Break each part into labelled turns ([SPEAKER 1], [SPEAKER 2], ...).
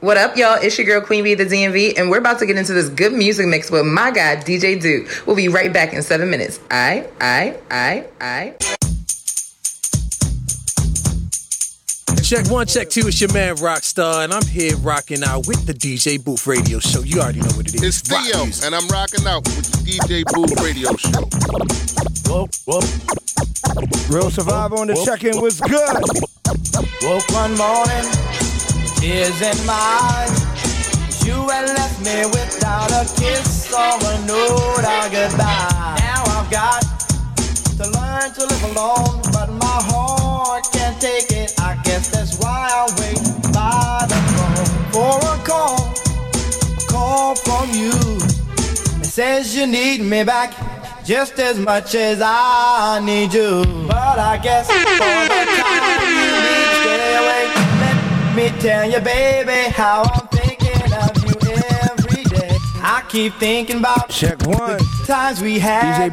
[SPEAKER 1] What up, y'all? It's your girl Queen Bee, the DMV, and we're about to get into this good music mix with my guy DJ Duke. We'll be right back in seven minutes. I, I, I, I.
[SPEAKER 2] Check one, check two. It's your man Rockstar, and I'm here rocking out with the DJ Booth Radio Show. You already know what it is.
[SPEAKER 3] It's
[SPEAKER 2] Rock
[SPEAKER 3] Theo,
[SPEAKER 2] music.
[SPEAKER 3] and I'm rocking out with the DJ Booth Radio Show.
[SPEAKER 2] Whoa, whoa,
[SPEAKER 4] Real Survivor on the check-in was good.
[SPEAKER 5] Woke one morning, tears in my eyes. You had left me without a kiss or a note or goodbye. Now I've got to learn to live alone, but my heart can't take it. I guess that's why I wait by the phone for a call, a call from you. It says you need me back. Just as much as I need you, but I guess for the time stay away. Let me tell you, baby, how I'm thinking of you every day. I keep thinking about
[SPEAKER 4] Check one.
[SPEAKER 5] times we had.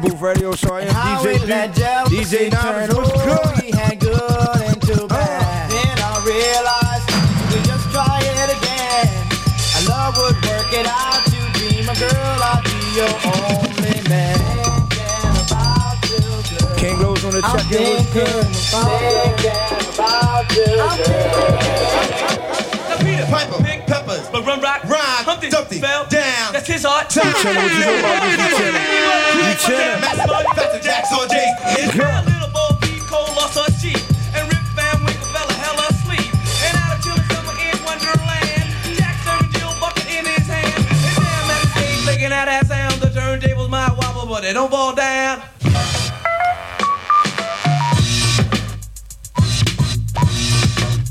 [SPEAKER 4] DJ Booth Radio Show. I am
[SPEAKER 5] How we
[SPEAKER 4] DJ
[SPEAKER 5] let
[SPEAKER 4] Duke.
[SPEAKER 5] jealousy
[SPEAKER 4] DJ Knowledge
[SPEAKER 5] turn
[SPEAKER 4] was
[SPEAKER 5] over. We
[SPEAKER 4] good. Oh.
[SPEAKER 5] had good into bad. Then I realized we just try it again. I love would work it out. You be my girl, I'll be your only man. Thinking about you, girl.
[SPEAKER 4] Kangos on the
[SPEAKER 5] I'm
[SPEAKER 4] check-in was good.
[SPEAKER 5] thinking about you,
[SPEAKER 6] Piper, Big Peppers, but Run Rock, Rhyme, Humpty, Dumpty, fell down. That's his art. Channel,
[SPEAKER 4] chilling with your mama, you chilling. You chilling.
[SPEAKER 6] Master Jack's or J's. It's my little Bo B, Cole lost her sheep. And Rip Van Winkle fell a hell of sleep. And out of children summer in Wonderland. Jack serving Jill bucket in his hand. And damn, that stage licking out that sound. The turntables might wobble, but they don't fall down.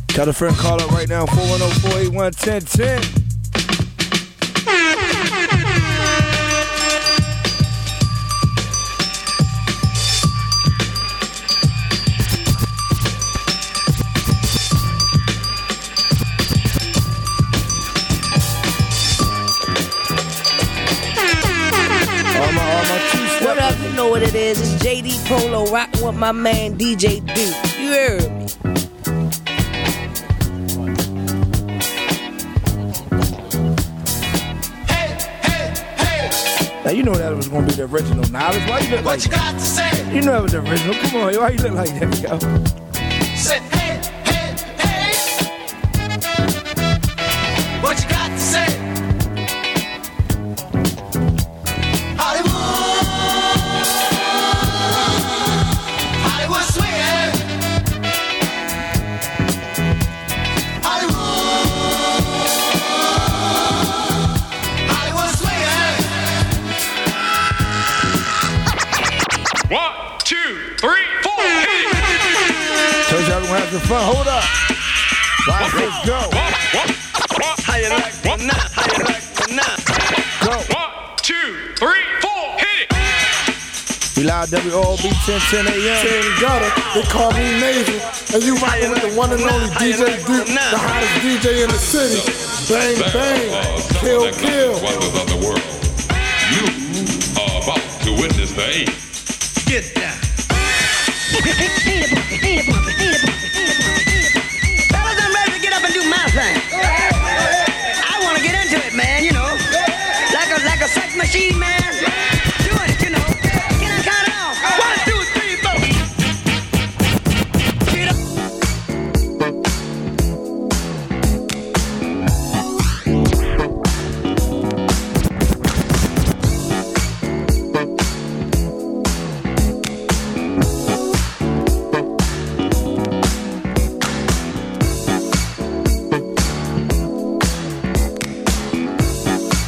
[SPEAKER 4] Tell a friend, call up right now, oh, 410-481-1010. All my, all my
[SPEAKER 7] What
[SPEAKER 4] two-step.
[SPEAKER 7] up? You know what it is. It's JD Polo rocking with my man DJ Duke. You heard me.
[SPEAKER 4] Now, you know that was going to be the original knowledge. Why you look like that?
[SPEAKER 6] got to say?
[SPEAKER 4] You know that was the original. Come on, why you look like that, yo?
[SPEAKER 6] Say, hey, hey, hey. What you got to say?
[SPEAKER 8] One, two, three, four. Hey,
[SPEAKER 4] Told y'all we gonna have some fun. Hold up. Watch this go.
[SPEAKER 8] what, what, what? How you like what? Now, how you like
[SPEAKER 4] Go.
[SPEAKER 8] One, two, three, four. Hit it.
[SPEAKER 4] We live WOB 10 10 a.m.
[SPEAKER 9] They call me Navel, and you rockin' with the one and only DJ Duke, the hottest DJ in the city. Bang bang, kill kill.
[SPEAKER 8] Wonders of the world. You are about to witness the eight.
[SPEAKER 6] Get down.
[SPEAKER 10] Fellas, I'm ready to get up and do my thing. I want to get into it, man, you know. Like a, like a sex machine, man. Do it, you know. Can I count it off? One, two, three, four. Get up.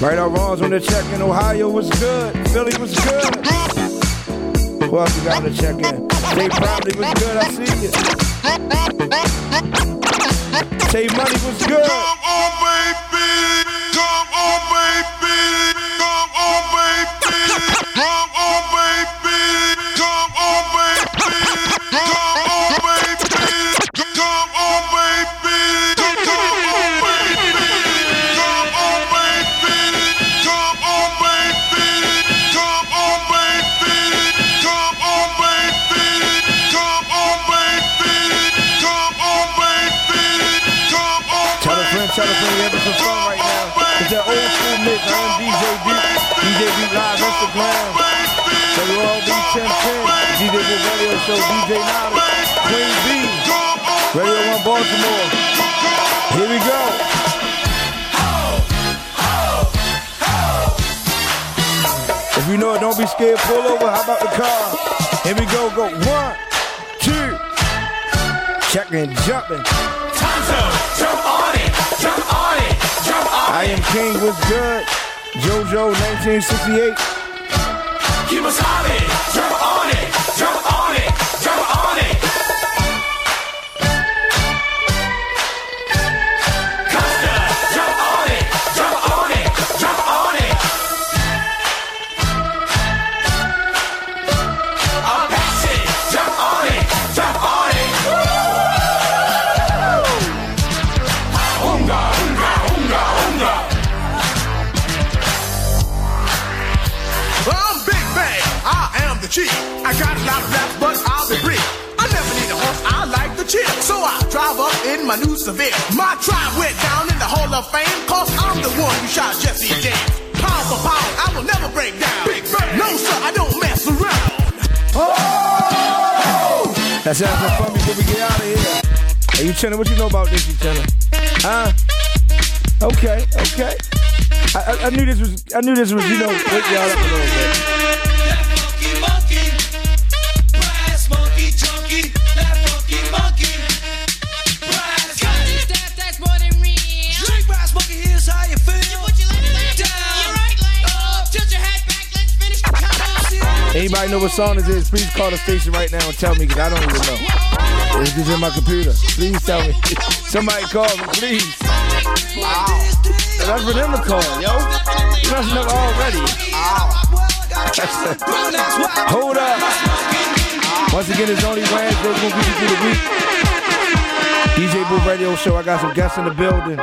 [SPEAKER 4] Right or wrongs on the check in. Ohio was good. Philly was good. Who else we got on the check in? They probably was good. I see you. Tay Money was good. Tell a friend, we having some fun right now. It's that old school mix. I'm DJ Deep. DJ Deep Live Instagram. So you all be 1010. DJ Deep Radio Show. DJ Knowledge. Queen B. Radio 1 Baltimore. Here we go. If you know it, don't be scared. Pull over. How about the car? Here we go. Go one, two. Checking, jumping.
[SPEAKER 11] Jump on it, jump on it, jump on
[SPEAKER 4] I am King. What's good? JoJo 1968.
[SPEAKER 11] it. You must have it. Jump on it, jump on it, jump on it. Costa, jump on it, jump on it, jump on it. Apache, jump on it, jump on it. Oonga, oonga, oonga, oonga.
[SPEAKER 5] I'm Big Bang, I am the chief. I got a lot of rap, but I'll be brief. I never need a horse, I like the chill. So I drive up in my new Seville. My tribe went down in the Hall of Fame, cause I'm the one who shot Jesse James. Pound for pound, I will never break down. Big Bang, no sir, I don't mess around.
[SPEAKER 11] Oh.
[SPEAKER 4] That's it for fun before we get out of here. Hey, you chilling? What you know about this, you chilling? Huh? Okay, okay. I, I, I knew this was. I knew this was. You know, wake y'all up a little bit. Anybody know what song this is? Please call the station right now and tell me, because I don't even know. It's just in my computer. Please tell me. Somebody call me, please. That's for them to call, yo. You must know already. Hold up. Once again, it's only Wednesday. It's going to be through the week. DJ Boo Radio Show. I got some guests in the building.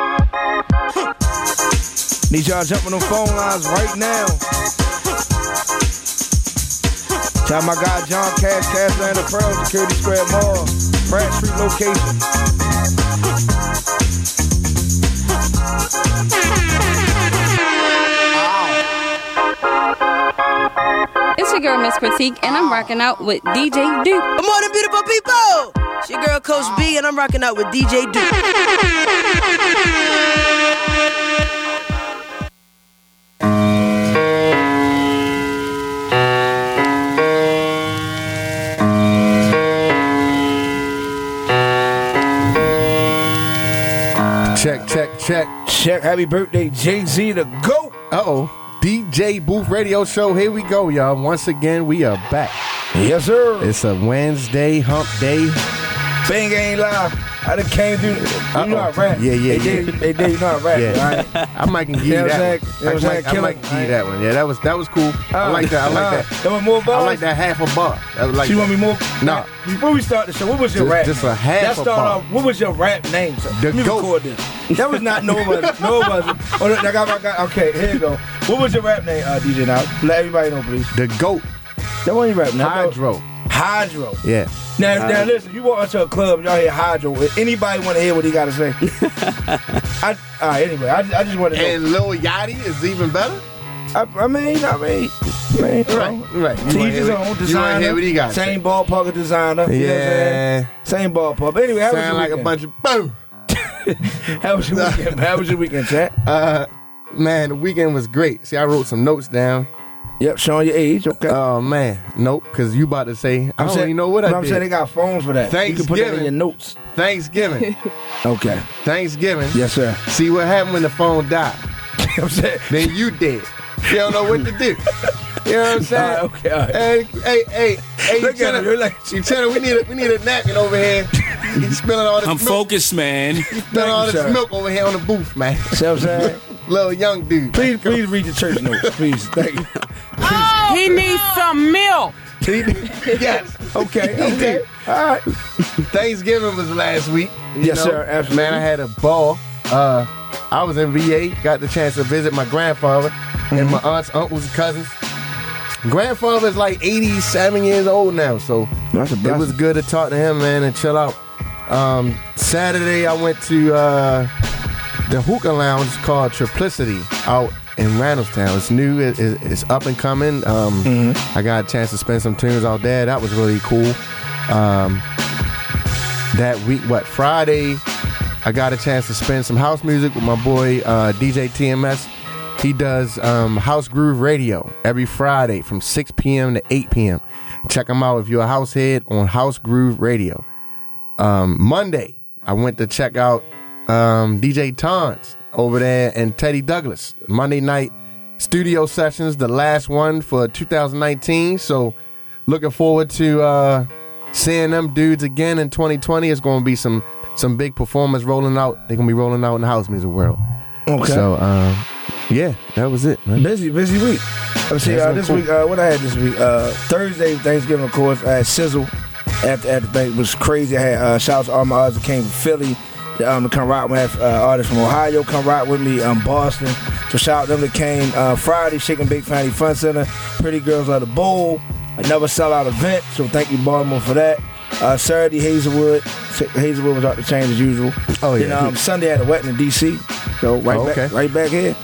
[SPEAKER 4] Need y'all jumping on phone lines right now. Shout out my guy John Cash, Cashland of Pearl, Security Square Mall, Pratt Street location.
[SPEAKER 12] It's your girl, Miss Critique, and I'm rocking out with DJ Duke.
[SPEAKER 13] Good morning, beautiful people. It's your girl, Coach B, and I'm rocking out with DJ Duke.
[SPEAKER 4] Check, check, check. Check. Happy birthday, Jay Z the GOAT.
[SPEAKER 3] Uh oh. DJ Booth Radio Show. Here we go, y'all. Once again, we are back.
[SPEAKER 4] Yes, sir.
[SPEAKER 3] It's a Wednesday hump day.
[SPEAKER 4] Bang ain't live. I done came through. You know I rap.
[SPEAKER 3] Yeah, yeah,
[SPEAKER 4] They
[SPEAKER 3] yeah.
[SPEAKER 4] did- They did you know I rap.
[SPEAKER 3] Yeah.
[SPEAKER 4] all right?
[SPEAKER 3] I might can give you
[SPEAKER 4] Yeah, it was
[SPEAKER 3] that.
[SPEAKER 4] like-
[SPEAKER 3] one.
[SPEAKER 4] it was
[SPEAKER 3] I
[SPEAKER 4] like
[SPEAKER 3] might, I might
[SPEAKER 4] killing.
[SPEAKER 3] give you that one. Yeah, that was that was cool. I
[SPEAKER 4] Uh,
[SPEAKER 3] like that. I
[SPEAKER 4] uh,
[SPEAKER 3] like that.
[SPEAKER 4] there were more
[SPEAKER 3] I
[SPEAKER 4] bars?
[SPEAKER 3] like that half a bar. I like
[SPEAKER 4] So you
[SPEAKER 3] that.
[SPEAKER 4] want me more?
[SPEAKER 3] Nah.
[SPEAKER 4] Before we start the show, what was your
[SPEAKER 3] Just-
[SPEAKER 4] rap?
[SPEAKER 3] just a half
[SPEAKER 4] Let's
[SPEAKER 3] a
[SPEAKER 4] start
[SPEAKER 3] bar.
[SPEAKER 4] off. What was your rap name? Sir?
[SPEAKER 3] The
[SPEAKER 4] Let me
[SPEAKER 3] goat.
[SPEAKER 4] record this. That was not no one. No it wasn't. Oh, look, I got my guy. Okay, here you go. What was your rap name, uh, DJ? Now let everybody know, please.
[SPEAKER 3] The goat.
[SPEAKER 4] That wasn't your rap name.
[SPEAKER 3] Hydro.
[SPEAKER 4] Hydro.
[SPEAKER 3] Yeah.
[SPEAKER 4] Now,
[SPEAKER 3] Uh,
[SPEAKER 4] now listen. You walk into a club, y'all hear Hydro. If Anybody want to hear what he got to say? I, all right. Anyway, I, I just want to. know.
[SPEAKER 3] And Lil Yachty is even better.
[SPEAKER 4] I, I mean, I mean, man, you
[SPEAKER 3] Right,
[SPEAKER 4] know.
[SPEAKER 3] right. You
[SPEAKER 4] To
[SPEAKER 3] wanna
[SPEAKER 4] each his
[SPEAKER 3] hear what- you
[SPEAKER 4] own
[SPEAKER 3] wanna
[SPEAKER 4] designer.
[SPEAKER 3] hear what he got to
[SPEAKER 4] Same ballpark of designer. You know what I'm
[SPEAKER 3] Yeah.
[SPEAKER 4] saying? Same ballpark. But anyway, how was your
[SPEAKER 3] Sound like a
[SPEAKER 4] weekend?
[SPEAKER 3] bunch of boom.
[SPEAKER 4] How was your weekend? How was your weekend, chat?
[SPEAKER 3] Uh, man, the weekend was great. See, I wrote some notes down.
[SPEAKER 4] Yep, showing your age. Okay.
[SPEAKER 3] Oh man, nope. Because you about to say I don't even know what I
[SPEAKER 4] am
[SPEAKER 3] did.
[SPEAKER 4] saying they got phones for that. You can put that in
[SPEAKER 3] Thanksgiving.
[SPEAKER 4] your notes.
[SPEAKER 3] Thanksgiving.
[SPEAKER 4] Okay.
[SPEAKER 3] Thanksgiving.
[SPEAKER 4] Yes, sir.
[SPEAKER 3] See what happened when the phone died.
[SPEAKER 4] I'm saying.
[SPEAKER 3] Then you dead. You don't know what to do. You know what I'm
[SPEAKER 4] All right,
[SPEAKER 3] saying?
[SPEAKER 4] okay, all right.
[SPEAKER 3] Hey, hey, hey, hey,
[SPEAKER 4] Look at him,
[SPEAKER 3] Jenna,
[SPEAKER 4] you're like-
[SPEAKER 3] you Jenna, we need a we need a napkin over here. You spilling all this
[SPEAKER 14] I'm
[SPEAKER 3] milk,
[SPEAKER 14] focused, man.
[SPEAKER 3] spilling all
[SPEAKER 4] you,
[SPEAKER 3] this
[SPEAKER 4] sir.
[SPEAKER 3] milk over here on the booth, man.
[SPEAKER 4] See what I'm saying?
[SPEAKER 3] Little young dude.
[SPEAKER 4] Please, please read the church notes, please. Thank you. Oh,
[SPEAKER 15] He needs some milk.
[SPEAKER 3] yes.
[SPEAKER 4] Okay, okay. All right.
[SPEAKER 3] Thanksgiving was last week. you
[SPEAKER 4] Yes, sir, absolutely.
[SPEAKER 3] Man, I had a ball. Uh, I was in VA, got the chance to visit my grandfather and
[SPEAKER 4] Mm-hmm.
[SPEAKER 3] my aunts, uncles, and cousins. Grandfather's like 87 years old now, so
[SPEAKER 4] That's a
[SPEAKER 3] it
[SPEAKER 4] blessing.
[SPEAKER 3] was good to talk to him, man, and chill out. Um, Saturday, I went to uh, The hookah lounge is called Triplicity out in Randallstown. It's new. It, it- it's up and coming. Um,
[SPEAKER 4] Mm-hmm.
[SPEAKER 3] I got a chance to spend some tunes out there. That was really cool. Um, that week, what Friday, I got a chance to spend some house music with my boy uh, DJ TMS. He does um, House Groove Radio every Friday from 6 p.m. to 8 p.m. Check him out if you're a house head on House Groove Radio. Um, Monday, I went to check out um, DJ Tons over there and Teddy Douglas. Monday night studio sessions, the last one for 2019. So looking forward to uh, seeing them dudes again in 2020. It's going to be some some big performers rolling out. They're going to be rolling out in the house music world.
[SPEAKER 4] Okay.
[SPEAKER 3] So um, yeah, that was it. Man.
[SPEAKER 4] Busy, busy week. Let's see,
[SPEAKER 3] That's
[SPEAKER 4] uh,
[SPEAKER 3] been
[SPEAKER 4] this
[SPEAKER 3] cool.
[SPEAKER 4] week, uh, what I had this week? Uh, Thursday, Thanksgiving, of course, I had Sizzle at, at the bank. It was crazy. I had uh, shout out to all my artists that came from Philly um, to come rock with me. I had uh, artists from Ohio come rock with me, um, Boston. So shout out to them that came uh, Friday, Shaking Big Family Fun Center, Pretty Girls Love the Bowl, another sellout event. So thank you, Baltimore, for that. Uh, Saturday, Hazelwood. Sa- Hazelwood was out the chain as usual. Oh,
[SPEAKER 3] yeah.
[SPEAKER 4] Then, um, Sunday, I had a wedding in D.C. So right,
[SPEAKER 3] Oh,
[SPEAKER 4] back,
[SPEAKER 3] okay.
[SPEAKER 4] right back here.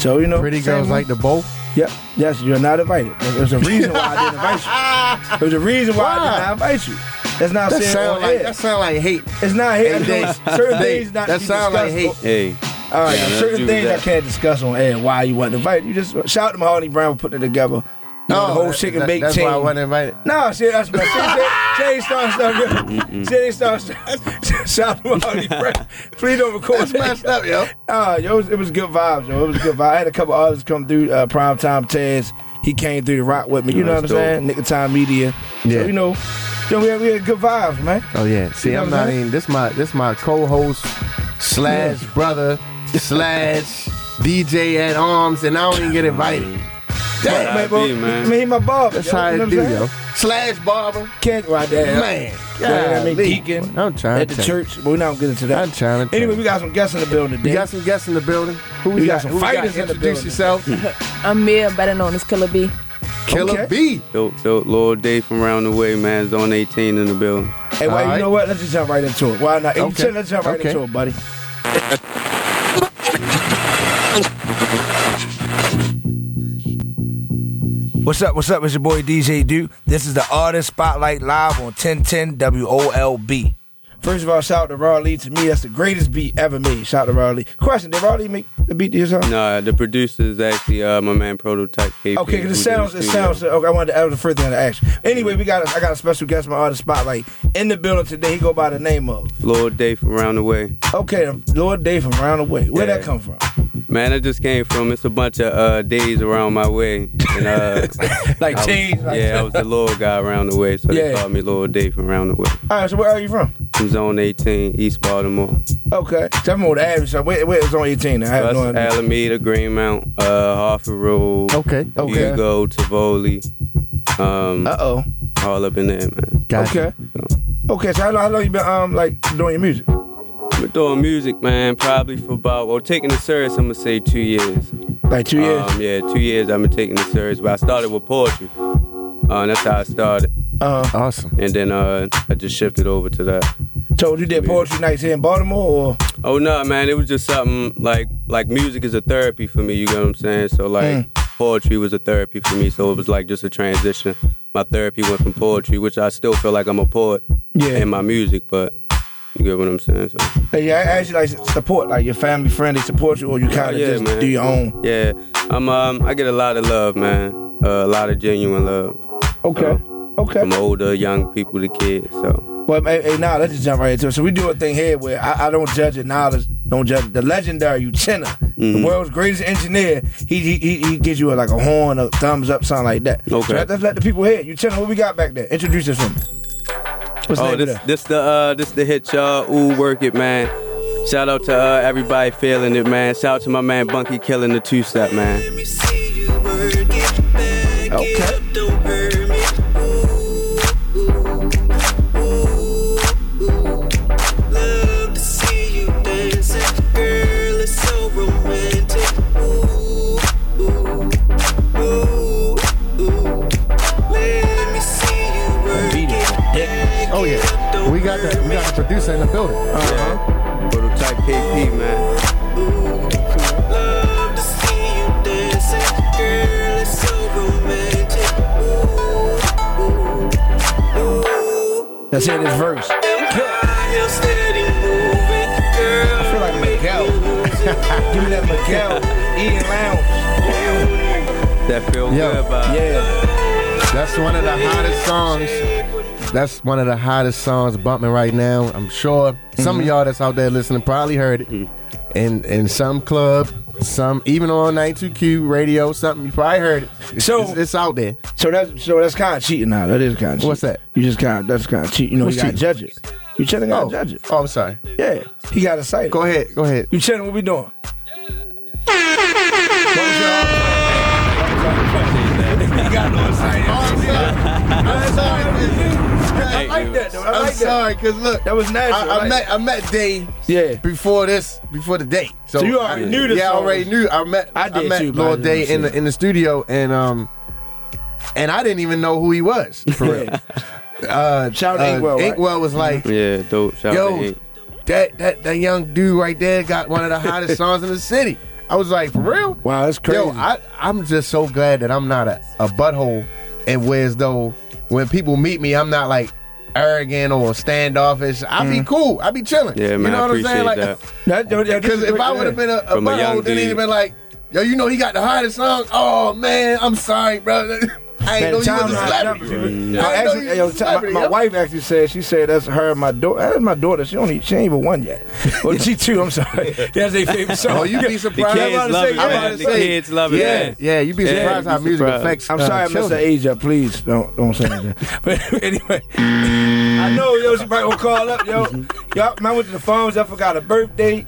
[SPEAKER 4] So, you know.
[SPEAKER 3] Pretty
[SPEAKER 4] same
[SPEAKER 3] girls
[SPEAKER 4] one.
[SPEAKER 3] like the bowl.
[SPEAKER 4] Yep. Yes, you're not invited. There- There's a reason why I didn't invite you. There's a reason why, I did not invite you. That's not
[SPEAKER 3] That
[SPEAKER 4] saying
[SPEAKER 3] sound
[SPEAKER 4] on
[SPEAKER 3] like
[SPEAKER 4] air.
[SPEAKER 3] that sound like hate.
[SPEAKER 4] It's not hate. I'm
[SPEAKER 3] Hey,
[SPEAKER 4] doing
[SPEAKER 3] Dave.
[SPEAKER 4] certain
[SPEAKER 3] Dave,
[SPEAKER 4] things not to
[SPEAKER 3] that
[SPEAKER 4] be
[SPEAKER 3] sound like hate.
[SPEAKER 4] discussed.
[SPEAKER 12] Hey.
[SPEAKER 4] All right,
[SPEAKER 12] Yeah, let's
[SPEAKER 4] certain
[SPEAKER 12] do
[SPEAKER 4] things I
[SPEAKER 12] that.
[SPEAKER 4] can't discuss on air. Why you weren't invited? You just shout out to Mahoney Brown for putting it together. You know,
[SPEAKER 3] Oh,
[SPEAKER 4] the whole
[SPEAKER 3] that-
[SPEAKER 4] chicken
[SPEAKER 3] that-
[SPEAKER 4] bake
[SPEAKER 3] that's
[SPEAKER 4] team.
[SPEAKER 3] why I wasn't invited.
[SPEAKER 4] No, see, that's my see, see, see, start stuff. See, start stuff. Shout out to Mahoney Brown. Please don't record that's messed
[SPEAKER 3] up, yo.
[SPEAKER 4] Uh, yo, it was, it was good vibes, yo. It was good vibes. I had a couple others come through. Uh, Primetime Tez, he came through to rock with me. You
[SPEAKER 3] Oh,
[SPEAKER 4] know what I'm
[SPEAKER 3] that's
[SPEAKER 4] saying? Nigga Time Media.
[SPEAKER 3] Yeah.
[SPEAKER 4] So, you know, yo, we had, we had good vibes, man.
[SPEAKER 3] Oh yeah. See,
[SPEAKER 4] You know
[SPEAKER 3] I'm
[SPEAKER 4] what I'm
[SPEAKER 3] not
[SPEAKER 4] saying?
[SPEAKER 3] even. This my this my co-host slash brother slash DJ at arms, and I don't even get invited.
[SPEAKER 4] Damn, man, bro. I mean, he my barber.
[SPEAKER 3] That's
[SPEAKER 4] yo,
[SPEAKER 3] how
[SPEAKER 4] you know
[SPEAKER 3] it
[SPEAKER 4] what
[SPEAKER 3] do,
[SPEAKER 4] I'm saying?
[SPEAKER 3] yo. Slash barber.
[SPEAKER 4] Can't right there.
[SPEAKER 3] Man.
[SPEAKER 4] You know what I mean?
[SPEAKER 3] Golly.
[SPEAKER 4] Deacon.
[SPEAKER 3] I'm trying
[SPEAKER 4] At
[SPEAKER 3] to
[SPEAKER 4] the
[SPEAKER 3] tell
[SPEAKER 4] church. But we're not getting into that.
[SPEAKER 3] I'm trying to tell
[SPEAKER 4] Anyway,
[SPEAKER 3] you.
[SPEAKER 4] we got some guests in the building today.
[SPEAKER 3] We got some guests in the building. Who
[SPEAKER 4] we, got, some
[SPEAKER 3] who we
[SPEAKER 4] fighters in the
[SPEAKER 3] Introduce
[SPEAKER 4] building.
[SPEAKER 3] yourself.
[SPEAKER 7] I'm Mia, better known as Killer B.
[SPEAKER 3] Killer B.
[SPEAKER 16] Yo, yo, Lord Dave from round the way, man. Zone 18 in the building.
[SPEAKER 4] Hey, why you know what? Let's just jump right into it. Why not? Hey, you
[SPEAKER 16] Okay.
[SPEAKER 4] chill, let's jump right
[SPEAKER 16] Okay.
[SPEAKER 4] into it, buddy. What's up? What's up? It's your boy DJ Duke. This is the Artist Spotlight Live on 1010 WOLB. First of all, shout out to Raleigh. To me, that's the greatest beat ever made. Shout out to Raleigh. Question: Did Raleigh make the beat to your song?
[SPEAKER 16] Nah, the producer is actually uh, my man Prototype KP.
[SPEAKER 4] Okay,
[SPEAKER 16] who's
[SPEAKER 4] 'cause
[SPEAKER 16] in the
[SPEAKER 4] it sounds, it
[SPEAKER 16] studio.
[SPEAKER 4] sounds. Okay, I wanted to add the first thing to ask. Anyway, we got. A, I got a special guest, my artist spotlight in the building today. He go by the name of.
[SPEAKER 16] Lord Dave from round the way.
[SPEAKER 4] Okay, Lord Dave from Round Away. Where'd that come from?
[SPEAKER 16] Man, I just came from. It's a bunch of uh, days around my way, and uh,
[SPEAKER 4] Like
[SPEAKER 16] I was-
[SPEAKER 4] teens, like-
[SPEAKER 16] yeah, I was the little guy around the way, so they
[SPEAKER 4] Yeah.
[SPEAKER 16] called me Lord Dave from round the way.
[SPEAKER 4] All right, so where are you from?
[SPEAKER 16] From Zone 18, East Baltimore.
[SPEAKER 4] Okay, tell me what the average. So where, where it was on eighteen? I have
[SPEAKER 16] That's
[SPEAKER 4] no idea.
[SPEAKER 16] Alameda, Greenmount, uh, Harford Road.
[SPEAKER 3] Okay,
[SPEAKER 4] okay.
[SPEAKER 16] Hugo, Tivoli. Um, uh
[SPEAKER 4] oh.
[SPEAKER 16] All up in there, man.
[SPEAKER 4] Okay. Okay, so how long, how long you been um like doing your music?
[SPEAKER 16] We're doing music, man, probably for about, well, taking it serious, I'm gonna say two years.
[SPEAKER 4] Like two years?
[SPEAKER 16] Um, yeah, two years I've been taking it serious, but I started with poetry. Uh, that's how I started.
[SPEAKER 4] Uh-huh.
[SPEAKER 3] awesome.
[SPEAKER 16] And then uh, I just shifted over to that.
[SPEAKER 4] So you did poetry nights here in Baltimore, or
[SPEAKER 16] Oh no, man! It was just something like like music is a therapy for me. You know what I'm saying? So
[SPEAKER 4] Mm.
[SPEAKER 16] like poetry was a therapy for me. So it was like just a transition. My therapy went from poetry, which I still feel like I'm a poet
[SPEAKER 4] Yeah.
[SPEAKER 16] in my music, but you get what I'm saying? So.
[SPEAKER 4] hey, yeah, I actually like support like your family, friend, they support you, or you kind
[SPEAKER 16] Oh,
[SPEAKER 4] of just do your own.
[SPEAKER 16] Yeah, I'm. Um, I get a lot of love, man. Uh, a lot of genuine love.
[SPEAKER 4] Okay. okay.
[SPEAKER 16] From older, young people, the kids. So
[SPEAKER 4] Well, hey, hey now nah, let's just jump right into it. So we do a thing here where I, I don't judge it. Knowledge, don't judge it. The legendary Uchenna, the
[SPEAKER 16] Mhm.
[SPEAKER 4] world's greatest engineer, he he, he, he gives you a, like a horn, a thumbs up, something like that.
[SPEAKER 16] Okay.
[SPEAKER 4] So let, us let the people hear. it. Uchenna, what we got back there? Introduce us from. What's
[SPEAKER 16] oh,
[SPEAKER 4] the name of
[SPEAKER 16] this this the uh this the hit y'all. Ooh, work it, man. Shout out to uh, everybody feeling it, man. Shout out to my man Bunky killing the two step, man.
[SPEAKER 4] Okay.
[SPEAKER 6] Love to see you dancing, girl. It's so romantic. Ooh, ooh, ooh, ooh. Let me see you work it.
[SPEAKER 3] Oh
[SPEAKER 4] Uh-huh.
[SPEAKER 3] yeah. We got the we got the producer in the building.
[SPEAKER 16] Prototype KP, man.
[SPEAKER 4] Let's hear this verse. I feel like Miguel. Give me that Miguel. Ian Lounge.
[SPEAKER 16] That feel good about
[SPEAKER 3] Yeah. That's one of the hottest songs. That's one of the hottest songs bumping right now. I'm sure some
[SPEAKER 4] Mm-hmm.
[SPEAKER 3] of y'all that's out there listening probably heard it in in some club, some even on 92Q radio, something you probably heard it. It's, so it's, it's out there.
[SPEAKER 4] So that's so that's kind of cheating now. That is kind of
[SPEAKER 3] What's that?
[SPEAKER 4] You just kind of that's kind of cheating. You know,
[SPEAKER 3] What's
[SPEAKER 4] you got
[SPEAKER 3] cheating?
[SPEAKER 4] judges. You chilling, got
[SPEAKER 3] Oh.
[SPEAKER 4] judges.
[SPEAKER 3] Oh, I'm sorry.
[SPEAKER 4] Yeah, he got excited.
[SPEAKER 3] Go ahead, go ahead.
[SPEAKER 4] You chilling? What we doing?
[SPEAKER 3] I
[SPEAKER 4] like that though. I
[SPEAKER 3] am
[SPEAKER 4] like that.
[SPEAKER 3] sorry, cause look,
[SPEAKER 4] That was natural.
[SPEAKER 3] I, I
[SPEAKER 4] like
[SPEAKER 3] met I met Dave.
[SPEAKER 4] Yeah.
[SPEAKER 3] Before this, before the date.
[SPEAKER 4] So you already
[SPEAKER 3] I,
[SPEAKER 4] knew this
[SPEAKER 3] Yeah, I
[SPEAKER 4] song.
[SPEAKER 3] already knew. I met
[SPEAKER 4] I
[SPEAKER 3] I,
[SPEAKER 4] did
[SPEAKER 3] met
[SPEAKER 4] too, but I
[SPEAKER 3] Lord
[SPEAKER 4] didn't
[SPEAKER 3] Day in
[SPEAKER 4] see
[SPEAKER 3] the in the studio, and um, and I didn't even know who he was. For real. Uh,
[SPEAKER 4] Shout out
[SPEAKER 3] uh,
[SPEAKER 4] Inkwell, right?
[SPEAKER 3] Inkwell was like,
[SPEAKER 16] Yeah, dope. Shout out to
[SPEAKER 3] yo,
[SPEAKER 16] Ink.
[SPEAKER 3] that, that that young dude right there got one of the hottest songs in the city. I was like, for real?
[SPEAKER 4] Wow, that's crazy.
[SPEAKER 3] Yo, I, I'm just so glad that I'm not a, a butthole and where as though when people meet me, I'm not like arrogant or standoffish. I be cool. I be chilling.
[SPEAKER 16] Yeah, man,
[SPEAKER 3] you know
[SPEAKER 16] I
[SPEAKER 3] what I'm saying?
[SPEAKER 16] appreciate
[SPEAKER 3] Like,
[SPEAKER 16] that.
[SPEAKER 3] because if I would have been a, a
[SPEAKER 16] From a young
[SPEAKER 3] butthole, then he'd
[SPEAKER 16] dude.
[SPEAKER 3] have been like, yo, you know he got the hottest song? Oh, man, I'm sorry, bro. I ain't know you was a celebrity.
[SPEAKER 4] Now,
[SPEAKER 3] I ain't know
[SPEAKER 4] actually,
[SPEAKER 3] you was a
[SPEAKER 4] yo, t- my,
[SPEAKER 3] celebrity,
[SPEAKER 4] my
[SPEAKER 3] yo.
[SPEAKER 4] wife actually said she said that's her and my daughter. That's my daughter. She only she ain't even one yet. Well, she two. I'm sorry. That's their favorite song.
[SPEAKER 3] Oh, you be surprised.
[SPEAKER 16] kids
[SPEAKER 3] I'm about to
[SPEAKER 16] love
[SPEAKER 3] say-
[SPEAKER 16] it,
[SPEAKER 3] I'm
[SPEAKER 16] man.
[SPEAKER 3] about to
[SPEAKER 16] The
[SPEAKER 3] say-
[SPEAKER 16] kids love it,
[SPEAKER 3] yeah,
[SPEAKER 16] man.
[SPEAKER 3] Yeah, you'd be
[SPEAKER 16] Yeah,
[SPEAKER 3] surprised
[SPEAKER 16] you'd
[SPEAKER 3] how
[SPEAKER 16] be
[SPEAKER 3] music
[SPEAKER 16] surprised.
[SPEAKER 3] affects.
[SPEAKER 4] I'm
[SPEAKER 3] uh,
[SPEAKER 4] sorry, Mr.
[SPEAKER 3] children.
[SPEAKER 4] Asia. Please don't don't say that. but anyway, I know yo, she probably will call up yo. Yo, man, I went to the phones. I forgot a birthday.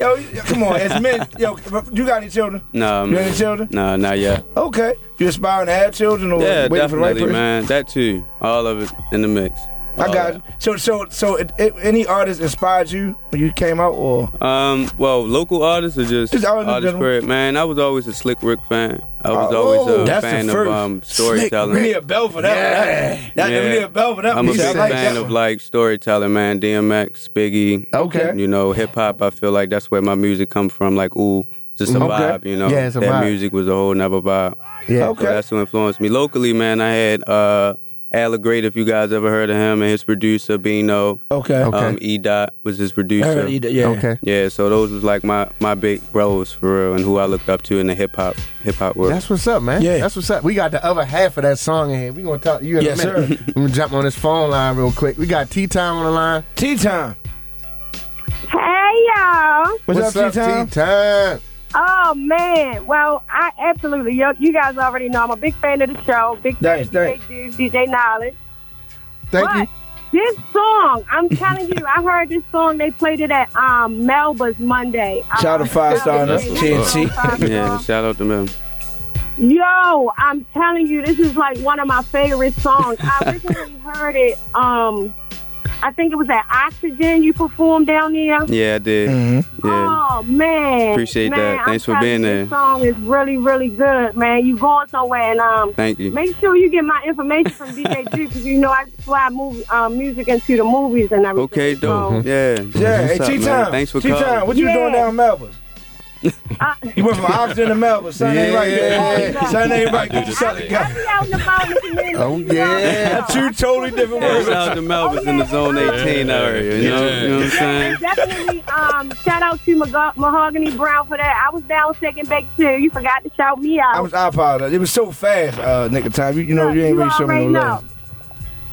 [SPEAKER 4] Yo, you- come on, as men, yo, you got any children?
[SPEAKER 16] Nah,
[SPEAKER 4] You got
[SPEAKER 16] man.
[SPEAKER 4] any children?
[SPEAKER 16] Nah, not yet.
[SPEAKER 4] Okay, you aspiring to have children or
[SPEAKER 16] Yeah,
[SPEAKER 4] Oh, waiting for the right
[SPEAKER 16] definitely,
[SPEAKER 4] person?
[SPEAKER 16] man. That too. All of it in the mix.
[SPEAKER 4] I got you. So, so, so, it, it, any artist inspired you when you came out, or
[SPEAKER 16] Um, well, local artists are just,
[SPEAKER 4] Just all in
[SPEAKER 16] artist
[SPEAKER 4] general.
[SPEAKER 16] spirit. Man, I was always a Slick Rick fan. I was
[SPEAKER 4] Oh,
[SPEAKER 16] always a
[SPEAKER 4] that's the
[SPEAKER 16] fan of
[SPEAKER 4] first.
[SPEAKER 16] um, storytelling.
[SPEAKER 4] we need a bell for that. Yeah. That, We need a bell for that.
[SPEAKER 16] I'm a
[SPEAKER 4] piece. I
[SPEAKER 16] big
[SPEAKER 4] like
[SPEAKER 16] fan
[SPEAKER 4] that
[SPEAKER 16] of
[SPEAKER 4] one.
[SPEAKER 16] like storytelling, man. DMX, Biggie.
[SPEAKER 4] Okay.
[SPEAKER 16] You know, hip hop. I feel like that's where my music come from. Like, ooh, just a
[SPEAKER 3] Okay.
[SPEAKER 16] vibe. You know,
[SPEAKER 3] Yeah, it's a
[SPEAKER 16] that
[SPEAKER 3] vibe.
[SPEAKER 16] music was a whole nother vibe.
[SPEAKER 3] Yeah.
[SPEAKER 16] So that's who influenced me locally, man. I had uh, Al the Great, if you guys ever heard of him, and his producer Bino.
[SPEAKER 4] Okay.
[SPEAKER 16] Um,
[SPEAKER 3] Okay.
[SPEAKER 16] E Dot was his producer.
[SPEAKER 4] I heard E Dot, yeah. Okay.
[SPEAKER 16] Yeah, so those was like my my big bros for real, and who I looked up to in the hip hop hip hop world.
[SPEAKER 3] That's what's up, man.
[SPEAKER 4] Yeah.
[SPEAKER 3] That's what's up. We got the other half of that song in here. We're going to talk to you in
[SPEAKER 4] Yes,
[SPEAKER 3] a minute.
[SPEAKER 4] sir.
[SPEAKER 3] I'm going to jump on this phone line real quick. We got T Time on the line.
[SPEAKER 4] Tea time.
[SPEAKER 12] Hey y'all!
[SPEAKER 4] What's, up, Tea time?
[SPEAKER 3] T Time?
[SPEAKER 12] Oh man! Well, I absolutely you, you guys already know I'm a big fan of the show. Big fan
[SPEAKER 4] Thanks,
[SPEAKER 12] of DJ
[SPEAKER 4] thanks.
[SPEAKER 12] Diggs, DJ Knowledge.
[SPEAKER 3] Thank
[SPEAKER 12] but
[SPEAKER 3] you.
[SPEAKER 12] This song, I'm telling you, I heard this song. They played it at um, Melba's Monday. Um,
[SPEAKER 4] Shout out to Five Star and
[SPEAKER 16] That's what's
[SPEAKER 4] TNC.
[SPEAKER 16] up. yeah, shout out to them.
[SPEAKER 12] Yo, I'm telling you, this is like one of my favorite songs. I originally heard it. Um, I think it was at Oxygen you performed down there.
[SPEAKER 16] Yeah, I did.
[SPEAKER 4] Mm-hmm.
[SPEAKER 16] Yeah.
[SPEAKER 12] Oh man!
[SPEAKER 16] Appreciate
[SPEAKER 12] Man,
[SPEAKER 16] that. Thanks
[SPEAKER 12] I'm
[SPEAKER 16] for
[SPEAKER 12] telling
[SPEAKER 16] being
[SPEAKER 12] you,
[SPEAKER 16] there.
[SPEAKER 12] This song is really, really good, man. You going somewhere? And um,
[SPEAKER 16] Thank you.
[SPEAKER 12] Make sure you get my information from DJ G because you know I fly movie um, music into the movies and everything.
[SPEAKER 16] Okay,
[SPEAKER 4] Mm-hmm.
[SPEAKER 16] dope. Yeah.
[SPEAKER 4] Yeah,
[SPEAKER 16] What's
[SPEAKER 4] hey,
[SPEAKER 16] up,
[SPEAKER 4] tea
[SPEAKER 16] man?
[SPEAKER 4] time.
[SPEAKER 16] Thanks for
[SPEAKER 4] tea
[SPEAKER 16] calling.
[SPEAKER 4] time. What you doing down Melbourne? you went from Austin to Melbourne. Son, ain't right.
[SPEAKER 3] Yeah.
[SPEAKER 4] Son, ain't right. Get yourself together.
[SPEAKER 12] Be out and about in the community.
[SPEAKER 3] Oh, yeah.
[SPEAKER 4] Two totally different
[SPEAKER 16] Yeah,
[SPEAKER 4] words.
[SPEAKER 16] shout out to Melvin's in the Zone 18 area. You know, you know what I'm saying?
[SPEAKER 12] Definitely. Um, shout out to Maga- Mahogany Brown for that. I was down second back too. You forgot to shout me out.
[SPEAKER 4] I was I apologize. It was so fast, uh, nigga time. You, you know, you ain't really showing me
[SPEAKER 12] already
[SPEAKER 4] no
[SPEAKER 12] know.
[SPEAKER 4] love.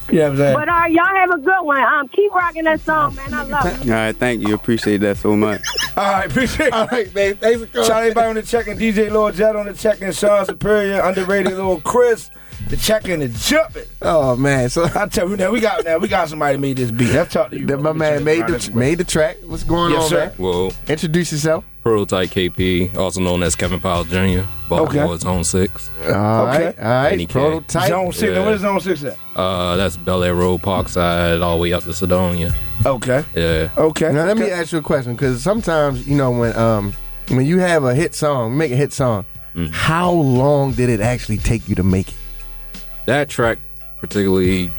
[SPEAKER 4] You know what I'm saying?
[SPEAKER 12] But uh, y'all have a good one. Um, keep rocking that song, man. I love it.
[SPEAKER 16] All right, thank you. Appreciate that so much.
[SPEAKER 4] All right, appreciate it.
[SPEAKER 3] All right, man. Thanks for
[SPEAKER 4] Shout out
[SPEAKER 3] calling.
[SPEAKER 4] everybody on the check-in. DJ Lord Jet on the check-in. Sean Superior, underrated Lord Chris. The check-in is jumping.
[SPEAKER 3] Oh, man. So
[SPEAKER 4] I tell you now, we got now we got somebody made this beat. Let's talk to you.
[SPEAKER 3] that my
[SPEAKER 4] bro.
[SPEAKER 3] man made the, made the track. What's going
[SPEAKER 4] Yes,
[SPEAKER 3] on,
[SPEAKER 4] sir.
[SPEAKER 3] man?
[SPEAKER 8] Whoa.
[SPEAKER 3] Introduce yourself.
[SPEAKER 8] Prototype KP, also known as Kevin Powell Jr., Baltimore's Zone 6.
[SPEAKER 3] All right. All
[SPEAKER 8] And he
[SPEAKER 3] right.
[SPEAKER 8] can.
[SPEAKER 3] Prototype.
[SPEAKER 4] Zone six. Now,
[SPEAKER 8] Yeah.
[SPEAKER 4] What is zone six at?
[SPEAKER 8] Uh, that's Bel Air Road, Parkside, all the way up to Sedonia.
[SPEAKER 4] Okay.
[SPEAKER 8] Yeah.
[SPEAKER 4] Okay.
[SPEAKER 3] Now let me ask you a question, because sometimes you know when um when you have a hit song, make a hit song,
[SPEAKER 4] Mm.
[SPEAKER 3] how long did it actually take you to make it?
[SPEAKER 8] That track, particularly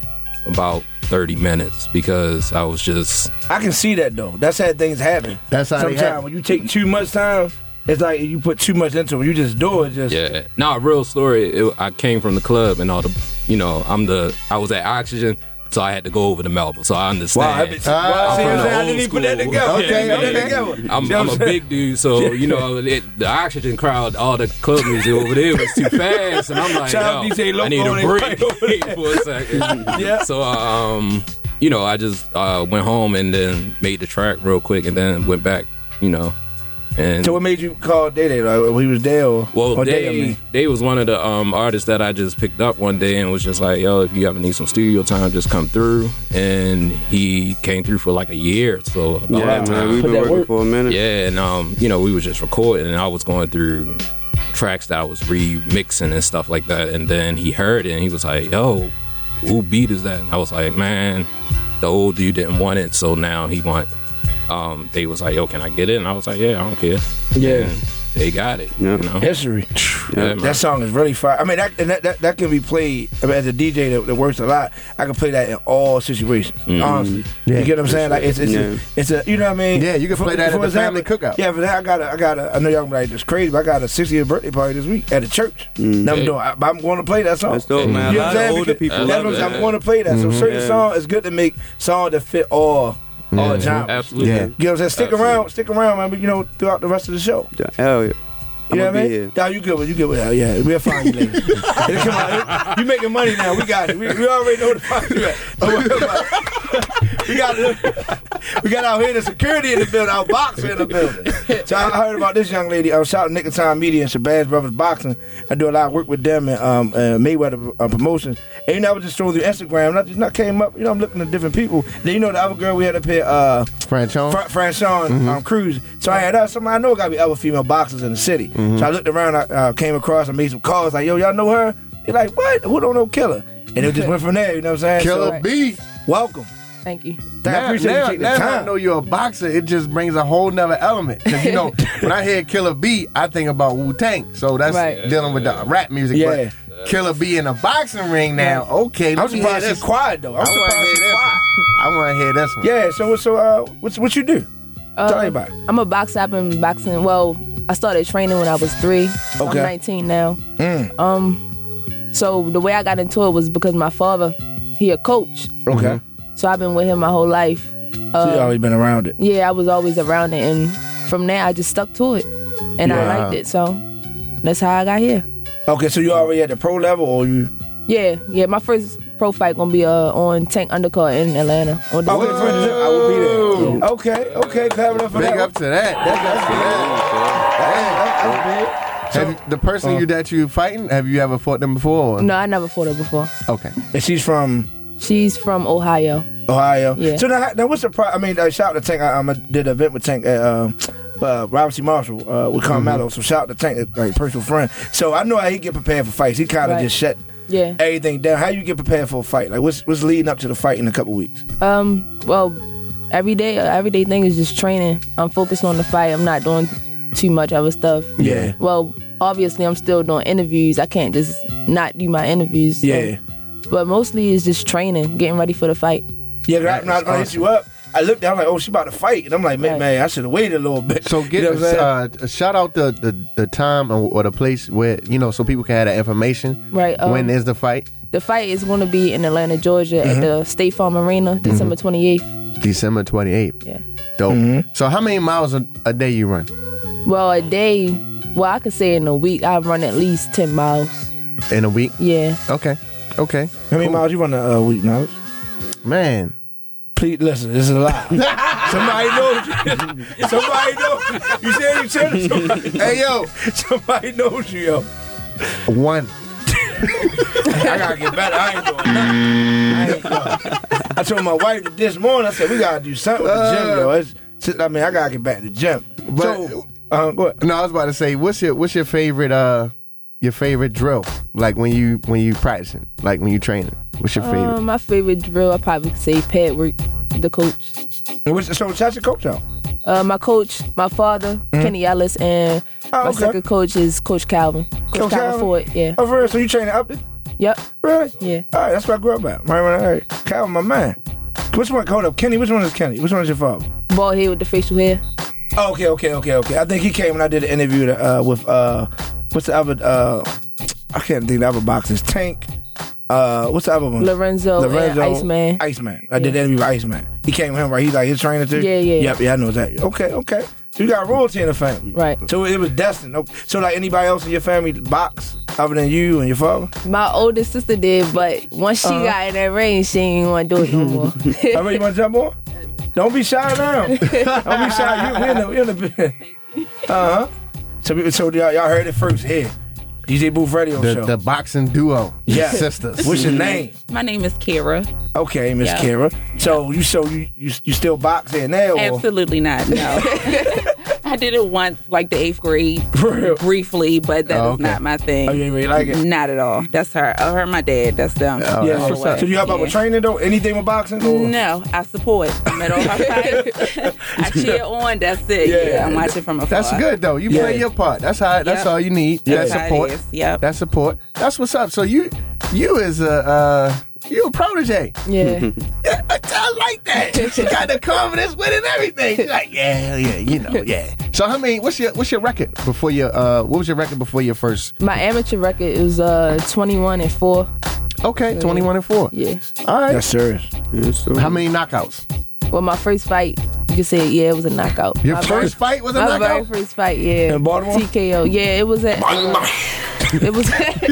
[SPEAKER 8] about 30 minutes, because I was just,
[SPEAKER 4] I can see that though. That's how things happen.
[SPEAKER 3] That's how they
[SPEAKER 4] Sometimes
[SPEAKER 3] happen.
[SPEAKER 4] when you take too much time, it's like you put too much into it. You just do it. Just
[SPEAKER 8] yeah. No, real story. It, I came from the club and all the, you know, I'm the, I was at Oxygen. so I had to go over to Melbourne. So I understand.
[SPEAKER 4] Wow, I bet- wow,
[SPEAKER 8] I'm
[SPEAKER 4] see
[SPEAKER 8] from the
[SPEAKER 4] what I'm saying? I
[SPEAKER 8] old
[SPEAKER 4] didn't even put that
[SPEAKER 8] school.
[SPEAKER 4] together. Okay,
[SPEAKER 8] Yeah,
[SPEAKER 4] okay.
[SPEAKER 8] man.
[SPEAKER 4] See
[SPEAKER 8] I'm,
[SPEAKER 4] what I'm
[SPEAKER 8] I'm a
[SPEAKER 4] saying?
[SPEAKER 8] big dude, so you know it, the oxygen crowd, all the club music over there was too fast, and I'm like,
[SPEAKER 4] Child
[SPEAKER 8] Yo,
[SPEAKER 4] DJ
[SPEAKER 8] I need
[SPEAKER 4] Loco
[SPEAKER 8] a
[SPEAKER 4] on it
[SPEAKER 8] break for a second.
[SPEAKER 4] Yeah.
[SPEAKER 8] So um, you know, I just uh, went home and then made the track real quick, and then went back. You know, and
[SPEAKER 4] So what made you call Day Day? Like, he was there or,
[SPEAKER 8] well,
[SPEAKER 4] or Day, I
[SPEAKER 8] they,
[SPEAKER 4] mean.
[SPEAKER 8] they was one of the um, artists that I just picked up one day and was just like, yo, if you ever need some studio time, just come through. And he came through for like a year. So about
[SPEAKER 16] Yeah,
[SPEAKER 8] that
[SPEAKER 16] man,
[SPEAKER 8] time.
[SPEAKER 16] we've been Put that working work. for a minute.
[SPEAKER 8] Yeah, and um, you know, we was just recording, and I was going through tracks that I was remixing and stuff like that. And then he heard it, and he was like, yo, who beat is that? And I was like, man, the old dude didn't want it, so now he want. Um, they was like, yo, can I get it? And I was like, yeah, I don't care.
[SPEAKER 4] Yeah.
[SPEAKER 8] And they got it. You know?
[SPEAKER 4] History.
[SPEAKER 8] Yeah, man.
[SPEAKER 4] that song is really fire. I mean, that, and that, that that can be played I mean, as a DJ that, that works a lot. I can play that in all situations.
[SPEAKER 16] Mm-hmm.
[SPEAKER 3] Mhm.
[SPEAKER 4] Honestly,
[SPEAKER 3] Yeah.
[SPEAKER 4] you get what I'm saying? Like it's it's,
[SPEAKER 3] Yeah.
[SPEAKER 4] a, it's a you know what I mean?
[SPEAKER 3] Yeah, you can play that at the family cookout.
[SPEAKER 4] Yeah, for that I got a, I got a, I know y'all gonna be like it's crazy, but I got a 60th birthday party this week at a church.
[SPEAKER 16] Mm.
[SPEAKER 4] Now I'm
[SPEAKER 16] Yeah.
[SPEAKER 4] doing, I, but I'm going to play that song.
[SPEAKER 16] That's dope, man. A
[SPEAKER 4] You
[SPEAKER 16] lot
[SPEAKER 4] know what I'm
[SPEAKER 16] of
[SPEAKER 4] saying?
[SPEAKER 16] older
[SPEAKER 4] Because
[SPEAKER 16] people
[SPEAKER 4] that's
[SPEAKER 16] love
[SPEAKER 4] what I'm- I'm
[SPEAKER 16] that.
[SPEAKER 4] going to play that.
[SPEAKER 16] Mhm.
[SPEAKER 4] So certain
[SPEAKER 16] Yeah.
[SPEAKER 4] song, it's good to make songs that fit all. All
[SPEAKER 16] Yeah.
[SPEAKER 4] genres.
[SPEAKER 16] Absolutely.
[SPEAKER 4] You know what I'm saying? Stick
[SPEAKER 16] Absolutely.
[SPEAKER 4] around, stick around, man. but, You know, throughout the rest of the show.
[SPEAKER 16] Hell yeah.
[SPEAKER 4] You
[SPEAKER 16] I'ma
[SPEAKER 4] know what I
[SPEAKER 16] be
[SPEAKER 4] mean? Nah, you good with you good with that. Yeah, we'll find you later. Come on, you making money now. We got it. We, we already know the find you at. we got we got out here the security in the building, our boxer in the building. So I heard about this young lady. Um, shout out Nick Time Media and Shabazz Brothers Boxing. I do a lot of work with them and um, uh, Mayweather uh, Promotions. And you know, I was just strolling through Instagram and I just not came up. You know, I'm looking at different people. Then you know the other girl we had up here. Uh,
[SPEAKER 3] Franchon?
[SPEAKER 4] Fra- Franchon
[SPEAKER 3] Mhm.
[SPEAKER 4] um, Cruz. So I had us. Somebody I know got to be other female boxers in the city.
[SPEAKER 3] Mhm.
[SPEAKER 4] So I looked around. I uh, came across. I made some calls. Like, yo, y'all know her? They're like, what? Who don't know Killer? And it just went from there. You know what I'm saying?
[SPEAKER 3] Killer
[SPEAKER 4] so,
[SPEAKER 3] B.
[SPEAKER 4] Welcome.
[SPEAKER 7] Thank you.
[SPEAKER 4] I appreciate you
[SPEAKER 3] now,
[SPEAKER 4] taking the
[SPEAKER 3] now that I
[SPEAKER 4] time.
[SPEAKER 3] know you're a boxer, it just brings a whole nother element. 'Cause, you know, when I hear Killer B, I think about Wu Tang. So that's
[SPEAKER 4] Right.
[SPEAKER 3] dealing with the rap music.
[SPEAKER 4] Yeah.
[SPEAKER 3] But Killer B in a boxing ring now. Okay,
[SPEAKER 4] I'm
[SPEAKER 3] let me
[SPEAKER 4] surprised
[SPEAKER 3] hear
[SPEAKER 4] she's
[SPEAKER 3] this.
[SPEAKER 4] quiet though.
[SPEAKER 3] I
[SPEAKER 4] I'm
[SPEAKER 3] wanna
[SPEAKER 4] surprised
[SPEAKER 3] hear
[SPEAKER 4] she's
[SPEAKER 3] this.
[SPEAKER 4] quiet.
[SPEAKER 3] I want to hear this one.
[SPEAKER 4] Yeah. So so uh, what's what you do? Tell me about it.
[SPEAKER 7] Uh, I'm a boxer. I've been boxing. Well, I started training when I was three. So
[SPEAKER 4] Okay. Mm.
[SPEAKER 7] I'm 19 now. Um, so the way I got into it was because my father, he a coach.
[SPEAKER 4] Okay.
[SPEAKER 7] So I've been with him my whole life.
[SPEAKER 4] so
[SPEAKER 7] Uh,
[SPEAKER 4] you always been around it.
[SPEAKER 7] Yeah, I was always around it, and from there I just stuck to it, and I
[SPEAKER 4] Wow.
[SPEAKER 7] liked it. So that's how I got here.
[SPEAKER 4] Okay. So you already at the pro level or you?
[SPEAKER 7] Yeah, yeah. My first pro fight gonna be uh, on Tank Undercut in Atlanta. On
[SPEAKER 4] I would, I would be there. Okay. Okay. Clap it up for
[SPEAKER 3] Big
[SPEAKER 4] that.
[SPEAKER 3] up to that. Have- the person you that you fighting, have you ever fought them before? or-
[SPEAKER 7] uh, No, I never fought her before.
[SPEAKER 3] Okay.
[SPEAKER 4] And she's from
[SPEAKER 7] She's from Ohio.
[SPEAKER 4] Ohio.
[SPEAKER 7] Yeah.
[SPEAKER 4] So now, now what's the pro? I mean, uh, shout out to Tank. I, I did an event with Tank at um, uh, Robert C. Marshall uh,
[SPEAKER 7] Mm-hmm.
[SPEAKER 4] with Carmelo. So shout out to Tank, uh, like personal friend. So I know how he get prepared for fights. He kind of
[SPEAKER 7] Right.
[SPEAKER 4] just shut
[SPEAKER 7] Yeah.
[SPEAKER 4] everything down. How you get prepared for a fight? Like what's what's leading up to the fight in a couple weeks?
[SPEAKER 7] Um. Well, every day, everyday thing is just training. I'm focused on the fight. I'm not doing too much other stuff.
[SPEAKER 4] Yeah.
[SPEAKER 7] Well, obviously, I'm still doing interviews. I can't just not do my interviews. so-
[SPEAKER 4] Yeah.
[SPEAKER 7] But mostly, it's just training, getting ready for the fight.
[SPEAKER 4] Yeah, 'cause I- when I was gonna hit you up. I looked down like, oh, she about to fight, and I'm like, man, man I should have waited a little bit.
[SPEAKER 3] So get
[SPEAKER 4] You know what I'm
[SPEAKER 3] uh, a shout out the, the the time or, or the place where you know so people can have that information.
[SPEAKER 7] Right, um,
[SPEAKER 3] when is the fight?
[SPEAKER 7] The fight is going to be in Atlanta, Georgia, at
[SPEAKER 4] Mm-hmm.
[SPEAKER 7] the State Farm Arena, December 28th.
[SPEAKER 3] December twenty eighth.
[SPEAKER 7] Yeah.
[SPEAKER 3] Dope.
[SPEAKER 4] Mm-hmm.
[SPEAKER 3] So how many miles a, a day you run?
[SPEAKER 7] Well, a day. Well, I could say in a week, I run at least 10 miles.
[SPEAKER 3] In a week?
[SPEAKER 7] Yeah.
[SPEAKER 3] Okay. Okay.
[SPEAKER 4] How many miles you run a uh, week, knowledge?
[SPEAKER 3] Man.
[SPEAKER 4] Please listen, this is a lie. somebody knows you. Somebody knows you. You said you said it. Somebody, hey yo, somebody knows you, yo.
[SPEAKER 3] One.
[SPEAKER 4] I gotta get better. I ain't doing nothing. I, ain't doing nothing. I told my wife this morning. I said we gotta do something with the gym, yo. It's, it's- I mean, I gotta get back to the gym.
[SPEAKER 3] But
[SPEAKER 4] uh,
[SPEAKER 3] no, I was about to say, what's your what's your favorite uh your favorite drill? Like when you when you practicing, like when you training. What's your favorite?
[SPEAKER 7] Um, my favorite drill, I probably could say pad work, the coach.
[SPEAKER 4] And what's, so shout your coach out.
[SPEAKER 7] Uh, my coach, my father, Kenny Ellis, and
[SPEAKER 4] Oh,
[SPEAKER 7] my
[SPEAKER 4] okay.
[SPEAKER 7] second coach is Coach Calvin. Coach, Calvin,
[SPEAKER 4] Calvin?
[SPEAKER 7] Ford, yeah.
[SPEAKER 4] Oh, for real? So you training up there?
[SPEAKER 7] Yep.
[SPEAKER 4] Really?
[SPEAKER 7] Yeah.
[SPEAKER 4] All right, that's what I grew up at. Right, right, right. Calvin, my man. Which one? Hold up, Kenny. Which one is Kenny? Which one is your father?
[SPEAKER 7] Bald head with the facial hair.
[SPEAKER 4] Oh, okay, okay, okay, okay. I think he came when I did an interview uh, with uh, what's the other? Uh, I can't think of the other boxers. Tank. uh, what's the other one?
[SPEAKER 7] Lorenzo and Iceman.
[SPEAKER 4] Iceman. I did that interview with Iceman. He came with him right. He's like his trainer too.
[SPEAKER 7] Yeah, yeah.
[SPEAKER 4] Yep, yeah. I know that. Okay, okay. So you got royalty in the family,
[SPEAKER 7] right?
[SPEAKER 4] So it was destined. Okay. So like anybody else in your family box other than you and your father.
[SPEAKER 7] My oldest sister did, but once she
[SPEAKER 4] Uh-huh.
[SPEAKER 7] got in that ring, she ain't want to do it no more.
[SPEAKER 4] I mean, you want to jump on? Don't be shy now. Don't be shy. You, we're in the, we're in the uh huh. So, we- so y'all, y'all heard it first here. DJ Booth Radio
[SPEAKER 3] The,
[SPEAKER 4] Show.
[SPEAKER 3] the boxing duo,
[SPEAKER 4] Yeah.
[SPEAKER 3] sisters.
[SPEAKER 4] What's your name?
[SPEAKER 15] My name is Kira.
[SPEAKER 4] Okay, Miss
[SPEAKER 15] Yeah.
[SPEAKER 4] Kara. So you so you, you you still boxing now? or-
[SPEAKER 15] Absolutely not. No. I did it once, like the eighth grade, briefly, but that is
[SPEAKER 4] Oh, okay.
[SPEAKER 15] not my thing.
[SPEAKER 4] Oh, you ain't really like it? Oh,
[SPEAKER 15] Not at all. That's her. Oh, her, and my dad. That's them.
[SPEAKER 3] Oh,
[SPEAKER 4] yeah. So you help out with training though? Anything with boxing? Or?
[SPEAKER 15] No, I support. I'm at all my fights. I cheer on. That's it. Yeah, I'm watching from afar.
[SPEAKER 3] That's good though. You play your part. That's how. That's
[SPEAKER 15] Yep.
[SPEAKER 3] all you need.
[SPEAKER 15] Yeah.
[SPEAKER 3] That
[SPEAKER 15] That's how it
[SPEAKER 3] support.
[SPEAKER 15] is. Yep.
[SPEAKER 3] That support. That's what's up. So you, you is a, uh, you a protege.
[SPEAKER 7] Yeah.
[SPEAKER 3] yeah I, I like that. She got the confidence with it and everything. She's like, yeah, hell yeah, you know, yeah. So how many? What's your what's your record before your uh? What was your record before your first?
[SPEAKER 7] My amateur record is uh 21 and 4.
[SPEAKER 3] Okay, 21 and 4.
[SPEAKER 7] Yeah.
[SPEAKER 3] All right.
[SPEAKER 4] That's serious.
[SPEAKER 3] How many knockouts?
[SPEAKER 7] Well, my first fight, you could say, yeah, it was a knockout.
[SPEAKER 3] Your
[SPEAKER 7] My
[SPEAKER 3] first fight was a
[SPEAKER 7] my
[SPEAKER 3] knockout?
[SPEAKER 7] very first fight, yeah.
[SPEAKER 3] In Baltimore?
[SPEAKER 7] TKO. Yeah, it was
[SPEAKER 15] uh,
[SPEAKER 7] at. it was at. it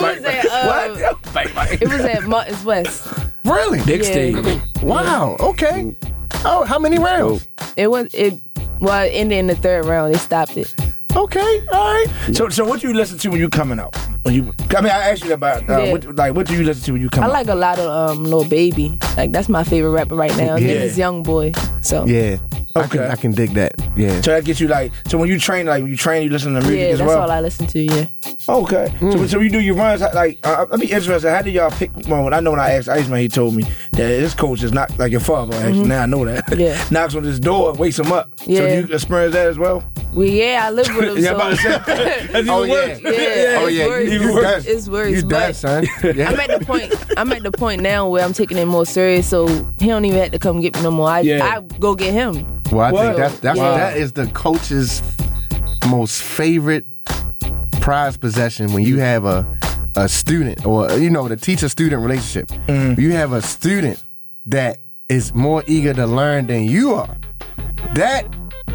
[SPEAKER 7] was at. Uh, It was at Martin's West.
[SPEAKER 3] Really?
[SPEAKER 7] Big Yeah. stage.
[SPEAKER 3] Wow. Okay. Oh, how many rounds?
[SPEAKER 7] It was. It. Well, it ended in the third round. They stopped it.
[SPEAKER 3] Okay. All right.
[SPEAKER 4] So so what do you listen to when you coming out? When you, I mean, I asked you about uh,
[SPEAKER 7] Yeah.
[SPEAKER 4] what, like what do you listen to when you come
[SPEAKER 7] I
[SPEAKER 4] out?
[SPEAKER 7] like a lot of um, Lil Baby. Like that's my favorite rapper right now.
[SPEAKER 4] Yeah.
[SPEAKER 7] Yeah. His young boy. So
[SPEAKER 3] Yeah. I can, I can dig that. Yeah.
[SPEAKER 4] So that gets you like so when you train like when you train you listen to music
[SPEAKER 7] yeah,
[SPEAKER 4] as
[SPEAKER 7] that's
[SPEAKER 4] well.
[SPEAKER 7] all I listen to. Yeah.
[SPEAKER 4] Okay.
[SPEAKER 7] Hmm.
[SPEAKER 4] So, so you do your runs like uh, I'd be interested. How do y'all pick? Well, I know when I asked Iceman, he told me that his coach is not like your father. Actually,
[SPEAKER 7] Mhm.
[SPEAKER 4] now I know that.
[SPEAKER 7] Yeah.
[SPEAKER 4] Knocks on his door, wakes him up. So
[SPEAKER 7] Yeah.
[SPEAKER 4] you experience that as well.
[SPEAKER 7] Well, yeah, I live with him.
[SPEAKER 4] Yeah,
[SPEAKER 7] so.
[SPEAKER 4] about to say. That's
[SPEAKER 3] Oh,
[SPEAKER 4] even worse. Oh,
[SPEAKER 7] Yeah, it's worse.
[SPEAKER 3] You, you done.
[SPEAKER 7] It's worse,
[SPEAKER 3] You done,
[SPEAKER 7] but-
[SPEAKER 3] son. Yeah.
[SPEAKER 7] I'm at the point. I'm at the point now where I'm taking it more serious. So he don't even have to come get me no more. I,
[SPEAKER 3] Yeah.
[SPEAKER 7] I go get him.
[SPEAKER 3] Well, I
[SPEAKER 7] What?
[SPEAKER 3] think that's that's
[SPEAKER 7] Yeah.
[SPEAKER 3] that is the coach's most favorite prize possession when you have a a student or you know the teacher student relationship.
[SPEAKER 7] Mm.
[SPEAKER 3] You have a student that is more eager to learn than you are. That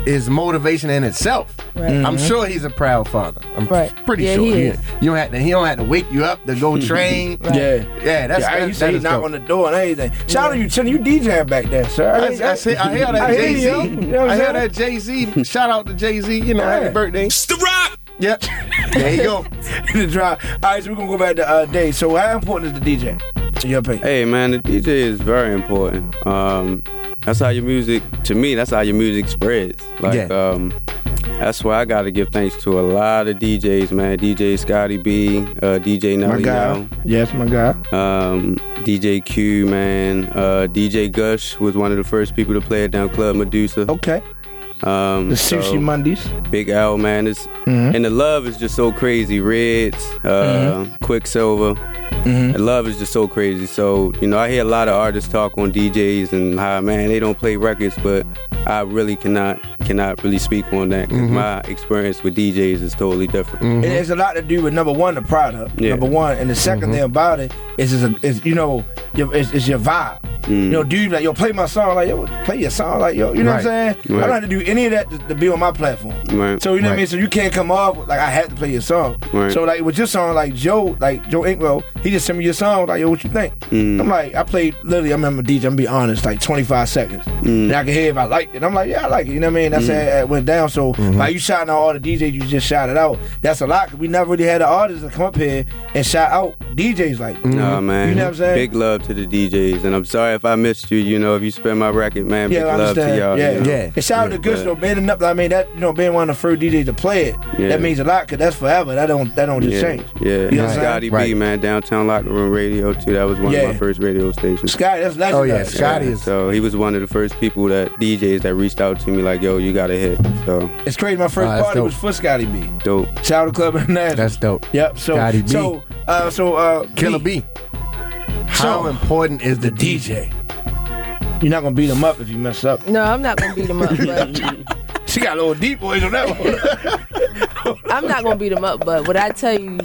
[SPEAKER 3] is motivation in itself.
[SPEAKER 7] Right.
[SPEAKER 3] I'm
[SPEAKER 7] Mhm.
[SPEAKER 3] sure he's a proud father. I'm
[SPEAKER 7] Right.
[SPEAKER 3] pretty
[SPEAKER 7] Yeah,
[SPEAKER 3] sure.
[SPEAKER 7] he is.
[SPEAKER 3] you don't have to. He don't have to wake you up to go train.
[SPEAKER 4] Yeah.
[SPEAKER 3] yeah. That's
[SPEAKER 4] Oh, yeah, I
[SPEAKER 3] that,
[SPEAKER 4] used to
[SPEAKER 3] that
[SPEAKER 4] say
[SPEAKER 3] is
[SPEAKER 4] knock
[SPEAKER 3] dope.
[SPEAKER 4] on the door and everything. Shout out to you, Chin. You DJing back there, sir.
[SPEAKER 3] I, I, see- I hear that Jay Z.
[SPEAKER 4] you. You know what
[SPEAKER 3] I hear
[SPEAKER 4] I'm saying?
[SPEAKER 3] that Jay Z. Shout out to Jay Z. You know, happy birthday. It's the rock. Yep. There you go.
[SPEAKER 4] the drive. All right, so we're gonna go back to uh, day. So how important is the DJ?
[SPEAKER 16] Hey man, the DJ is very important. Um, that's how your music, to me, that's how your music spreads. Like, um, that's why I got to give thanks to a lot of DJs, man. DJ Scotty B, uh, DJ Nelly Now,
[SPEAKER 4] Yes, my guy.
[SPEAKER 16] um, DJ Q, man. Uh, DJ Gush was one of the first people to play it down Club Medusa.
[SPEAKER 4] Okay.
[SPEAKER 16] Um,
[SPEAKER 4] The Sushi
[SPEAKER 16] so-
[SPEAKER 4] Mondays.
[SPEAKER 16] Big L, man. It's,
[SPEAKER 4] Mhm.
[SPEAKER 16] And the love is just so crazy. Reds, uh,
[SPEAKER 4] Mm-hmm.
[SPEAKER 16] Quicksilver.
[SPEAKER 4] Mhm.
[SPEAKER 16] The love is just so crazy. So, you know, I hear a lot of artists talk on DJs and how, man, they don't play records, but I really cannot cannot really speak on that 'cause
[SPEAKER 4] Mhm.
[SPEAKER 16] my experience with DJs is totally different.
[SPEAKER 4] It has a lot to do with number one, the product.
[SPEAKER 16] Yeah.
[SPEAKER 4] Number one, and the 2nd thing about it is, is, a, is you know, your, it's, it's your vibe. You know, dude, like yo, play my song, like yo, play your song, like yo, you know what I'm
[SPEAKER 16] Mm. Right.
[SPEAKER 4] saying? I
[SPEAKER 16] Right.
[SPEAKER 4] don't have to do any of that to, to be on my platform.
[SPEAKER 16] Right.
[SPEAKER 4] So you know what I mean. So you can't come off like I have to play your song.
[SPEAKER 16] Right.
[SPEAKER 4] So like with your song, like Joe, like Joe Inkwell, he just sent me your song. Like yo, what you think?
[SPEAKER 16] Mm.
[SPEAKER 4] I'm like, I played literally. I remember DJ. I'm gonna be honest, like 25 seconds, and I can hear if I liked it. I'm like, yeah, I like it. You know what I mean? That's
[SPEAKER 16] Mm. Mm-hmm.
[SPEAKER 4] how it went down. So like you shouting out all the DJs you just shouted out. That's a lot. 'cause we never really had the artists to come up here and shout out DJs like. that.
[SPEAKER 16] Nah, man.
[SPEAKER 4] Mm-hmm. You know what I'm saying?
[SPEAKER 16] Big love to the DJs, and I'm sorry if I missed you. You know, if you spin my record, man.
[SPEAKER 4] yeah,
[SPEAKER 16] big
[SPEAKER 4] I
[SPEAKER 16] love
[SPEAKER 4] understand.
[SPEAKER 16] to y'all.
[SPEAKER 4] yeah,
[SPEAKER 16] you know?
[SPEAKER 4] And shout out to Gush
[SPEAKER 16] But-
[SPEAKER 4] though, being up. I mean, that you know, being one of the first DJs to play it,
[SPEAKER 16] Yeah.
[SPEAKER 4] that means a lot because that's forever. That don't that don't just
[SPEAKER 16] yeah,
[SPEAKER 4] change.
[SPEAKER 16] Yeah,
[SPEAKER 4] You know what I'm saying?
[SPEAKER 16] Scotty B, man, Downtown Locker Room Radio too. That was one
[SPEAKER 4] Yeah.
[SPEAKER 16] of my first radio stations.
[SPEAKER 4] Scotty, that's legendary.
[SPEAKER 16] Yeah, So he was one of the first people that DJs that reached out to me like, "Yo, you got to hit." So
[SPEAKER 4] It's crazy. My first
[SPEAKER 16] Oh, that's
[SPEAKER 4] party
[SPEAKER 16] dope.
[SPEAKER 4] was for Scotty B.
[SPEAKER 16] dope.
[SPEAKER 4] Shout out to Club International.
[SPEAKER 3] That's dope.
[SPEAKER 4] Yep. So
[SPEAKER 3] Scotty B.
[SPEAKER 4] so uh, so uh,
[SPEAKER 3] Killer B. How important is the DJ?
[SPEAKER 4] You're not gonna beat him up if you mess up.
[SPEAKER 7] No, I'm not gonna beat him up. But
[SPEAKER 4] She got a little deep voice on that one.
[SPEAKER 7] I'm not gonna beat him up. But what I tell you,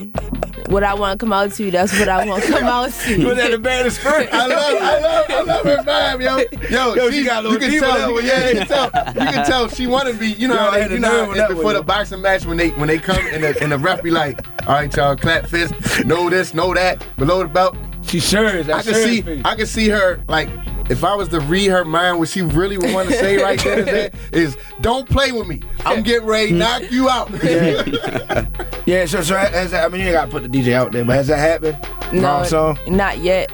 [SPEAKER 7] what I want to come out to, that's what I want to come out to.
[SPEAKER 4] Was that a bad experience?
[SPEAKER 3] I love, I love, I love her vibe, yo. Yo,
[SPEAKER 4] Yo,
[SPEAKER 3] she,
[SPEAKER 4] she got a
[SPEAKER 3] you
[SPEAKER 4] little
[SPEAKER 3] can
[SPEAKER 4] diva
[SPEAKER 3] tell,
[SPEAKER 4] that one.
[SPEAKER 3] yeah, you can tell, you can tell she wanted to be, you know,
[SPEAKER 4] Yo,
[SPEAKER 3] how
[SPEAKER 4] I
[SPEAKER 3] they,
[SPEAKER 4] had
[SPEAKER 3] you
[SPEAKER 4] a
[SPEAKER 3] know,
[SPEAKER 4] nerve
[SPEAKER 3] how
[SPEAKER 4] with that
[SPEAKER 3] before
[SPEAKER 4] one,
[SPEAKER 3] the
[SPEAKER 4] yo.
[SPEAKER 3] boxing match when they when they come and the, and the ref be like, all right, y'all, clap fist, know this, know that, below the belt.
[SPEAKER 4] She sure is.
[SPEAKER 3] I can see, I can see her like. If I was to read her mind, what she really would want to say right there is, that, is, "Don't play with me. I'm getting ready to knock you out."
[SPEAKER 4] Yeah, so so has that, I mean you ain't gotta put the DJ out there, but has that happened?
[SPEAKER 7] No,
[SPEAKER 4] Wrong song?
[SPEAKER 7] not yet.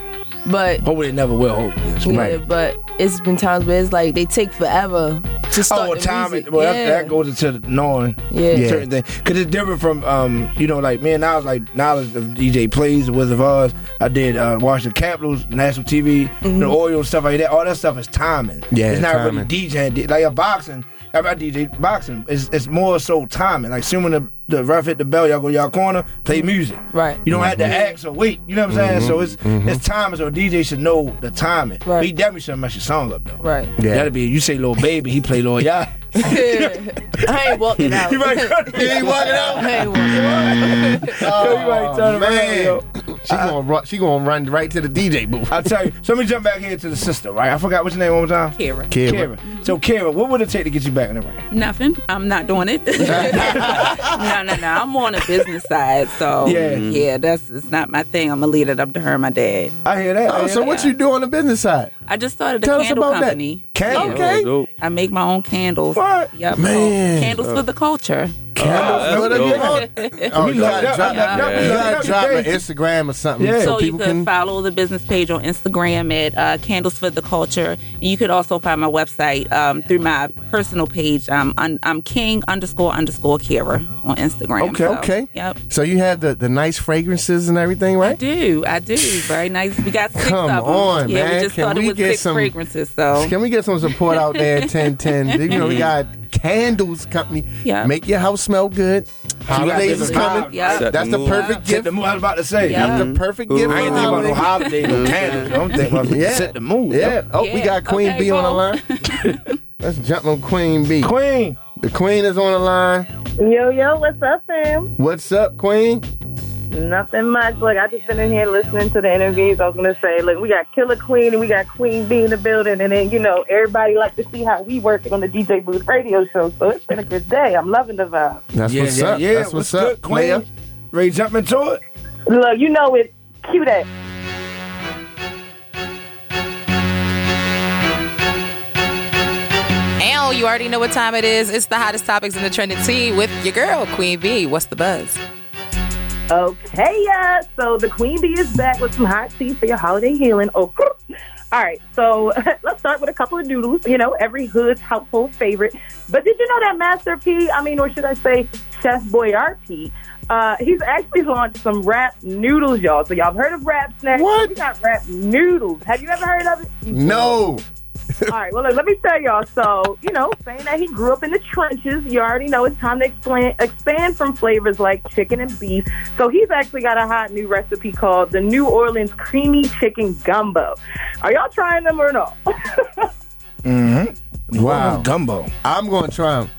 [SPEAKER 7] But
[SPEAKER 4] Hopefully it never will. Hopefully, it's
[SPEAKER 7] yeah,
[SPEAKER 4] right.
[SPEAKER 7] but it's been times where it's like they take forever to start
[SPEAKER 4] oh, well,
[SPEAKER 7] the
[SPEAKER 4] time.
[SPEAKER 7] music.
[SPEAKER 4] Well,
[SPEAKER 7] yeah.
[SPEAKER 4] that, that goes into the knowing
[SPEAKER 7] Yeah.
[SPEAKER 4] certain things because it's different from um, you know, like man, I was like knowledge of DJ plays, The Wizard of Oz. I did uh, Washington Capitals, national TV,
[SPEAKER 7] Mm-hmm.
[SPEAKER 4] the Orioles stuff like that. All that stuff is timing.
[SPEAKER 5] Yeah,
[SPEAKER 4] it's not
[SPEAKER 5] timing.
[SPEAKER 4] really DJing. Like a boxing, I, mean, I DJ sometime. It's, it's more so timing. Like soon when the, the ref hit the bell, y'all go y'all corner, play music.
[SPEAKER 7] Mm-hmm. Right.
[SPEAKER 4] You don't have to
[SPEAKER 5] Mm-hmm.
[SPEAKER 4] ask or wait. You know what I'm saying?
[SPEAKER 5] Mhm.
[SPEAKER 4] So it's
[SPEAKER 5] Mhm.
[SPEAKER 4] it's timing. So a DJ should know the timing. But he definitely should mess your song up though.
[SPEAKER 7] Right.
[SPEAKER 4] Yeah. That'd be you say little baby, he play Lil Yachty.
[SPEAKER 7] I ain't walking out.
[SPEAKER 4] You might
[SPEAKER 3] You ain't walking out?
[SPEAKER 7] I ain't walking out.
[SPEAKER 4] Yo, you might turn around, yo. Uh,
[SPEAKER 3] She gonna run, she gonna run right to the DJ booth.
[SPEAKER 4] I tell you. So let me jump back here to the sister, right? I forgot what's your name one more time.
[SPEAKER 15] Kira.
[SPEAKER 4] Kira. So Kira, what would it take to get you back in the ring?
[SPEAKER 15] Nothing. I'm not doing it. no, no, no. I'm on a business side, so
[SPEAKER 4] Yeah.
[SPEAKER 15] yeah, that's it's not my thing. I'm gonna leave it up to her, and my dad.
[SPEAKER 4] I hear that.
[SPEAKER 3] Oh, so what you do on the business side?
[SPEAKER 15] I just started a
[SPEAKER 3] Tell us
[SPEAKER 15] candle
[SPEAKER 3] about that.
[SPEAKER 15] company.
[SPEAKER 3] Candle?
[SPEAKER 15] Yeah.
[SPEAKER 3] Okay. Oh, dope.
[SPEAKER 15] I make my own candles. What? Yep.
[SPEAKER 3] Man.
[SPEAKER 15] Candles for the culture.
[SPEAKER 3] Candles for the
[SPEAKER 15] culture.
[SPEAKER 3] Oh, you
[SPEAKER 4] love
[SPEAKER 3] gotta
[SPEAKER 4] that.
[SPEAKER 3] drop,
[SPEAKER 4] Yeah.
[SPEAKER 3] you gotta
[SPEAKER 4] Yeah.
[SPEAKER 3] drop an Instagram or something so,
[SPEAKER 15] so you
[SPEAKER 3] people
[SPEAKER 15] could
[SPEAKER 3] can.
[SPEAKER 15] follow the business page on Instagram at uh, Candles for the Culture. And you could also find my website um, through my personal page. Um, un- I'm King underscore underscore Kira on Instagram.
[SPEAKER 3] Okay,
[SPEAKER 15] So,
[SPEAKER 3] okay.
[SPEAKER 15] Yep.
[SPEAKER 3] So you have the, the nice fragrances and everything, right? I
[SPEAKER 15] do, I do. Very nice. We got six
[SPEAKER 3] Come
[SPEAKER 15] of them.
[SPEAKER 3] on,
[SPEAKER 15] yeah,
[SPEAKER 3] man.
[SPEAKER 15] we just
[SPEAKER 3] can
[SPEAKER 15] started
[SPEAKER 3] we
[SPEAKER 15] with
[SPEAKER 3] get
[SPEAKER 15] six
[SPEAKER 3] some
[SPEAKER 15] fragrances. So
[SPEAKER 3] Can we get some support out there at 1010? you know, we got Candles Company.
[SPEAKER 15] Yeah.
[SPEAKER 3] Make your house smell good. Holidays is coming. That's the perfect
[SPEAKER 4] Set
[SPEAKER 3] gift.
[SPEAKER 4] the mood. I was about to say.
[SPEAKER 3] Yeah. That's the perfect
[SPEAKER 4] Ooh.
[SPEAKER 3] gift
[SPEAKER 4] I ain't
[SPEAKER 3] for
[SPEAKER 4] think about no
[SPEAKER 3] holiday.
[SPEAKER 4] holiday, no candles. I'm thinking about
[SPEAKER 3] Yeah.
[SPEAKER 4] set the mood.
[SPEAKER 3] Yeah. Oh, we got Queen
[SPEAKER 4] B
[SPEAKER 3] B on the line. Let's jump on Queen B.
[SPEAKER 4] Queen.
[SPEAKER 3] The Queen is on the line.
[SPEAKER 1] Yo, yo, what's up, fam?
[SPEAKER 3] What's up, Queen?
[SPEAKER 1] Nothing much. Look, I just been in here listening to the interviews. I was gonna say, look, we got Killer Queen and we got Queen B in the building, and then you know everybody like to see how we working on the DJ Booth radio show. So it's been a good day. I'm loving the vibe.
[SPEAKER 3] That's
[SPEAKER 4] yeah,
[SPEAKER 3] what's
[SPEAKER 4] yeah,
[SPEAKER 3] up.
[SPEAKER 4] Yeah,
[SPEAKER 3] That's what's up,
[SPEAKER 4] Good, Queen.
[SPEAKER 3] player.
[SPEAKER 4] Ready to jump into it?
[SPEAKER 1] Look, you know it. Cue that.
[SPEAKER 17] And you already know what time it is. It's the hottest topics in the trending tea with your girl, Queen B. What's the buzz?
[SPEAKER 1] Okay, yeah. So the Queen Bee is back with some hot tea for your holiday healing. Oh, all right. So let's start with a couple of doodles. You know, every hood's household favorite. But did you know that Master P, I mean, or should I say Chef Boyardee, uh, he's actually launched some rap noodles, y'all. So y'all have heard of rap snacks? What? We got rap noodles. Have you ever heard of it?
[SPEAKER 3] No.
[SPEAKER 1] All right, well, look, let me tell y'all. So, you know, saying that he grew up in the trenches, you already know it's time to expand, expand from flavors like chicken and beef. So, he's actually got a hot new recipe called the New Orleans Creamy Chicken Gumbo. Are y'all trying them or no?
[SPEAKER 3] Mm-hmm. Wow.
[SPEAKER 4] Gumbo.
[SPEAKER 3] I'm going to try them.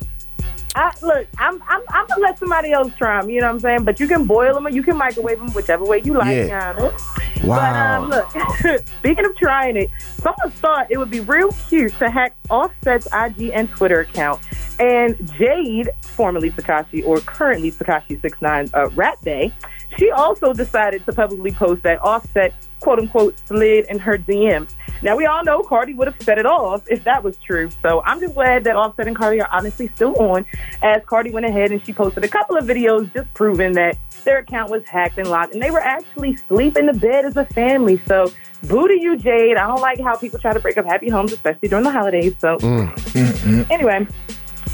[SPEAKER 1] I, look, I'm, I'm, I'm going to let somebody else try them, you know what I'm saying? But you can boil them or you can microwave them, whichever way you like.
[SPEAKER 3] Yeah.
[SPEAKER 1] you know?
[SPEAKER 3] Wow.
[SPEAKER 1] But um, look, speaking of trying it, someone thought it would be real cute to hack Offset's IG and Twitter account. And Jade, formerly Takashi or currently Takashi 69 uh, Rat Day, she also decided to publicly post that Offset quote unquote slid in her DMs. Now we all know Cardi would have set it off if that was true. So I'm just glad that Offset and Cardi are honestly still on as Cardi went ahead and she posted a couple of videos just proving that their account was hacked and locked, and they were actually sleep in the bed as a family. So, boo to you, Jade. I don't like how people try to break up happy homes, especially during the holidays. So,
[SPEAKER 5] Mm.
[SPEAKER 4] Mm.
[SPEAKER 1] anyway,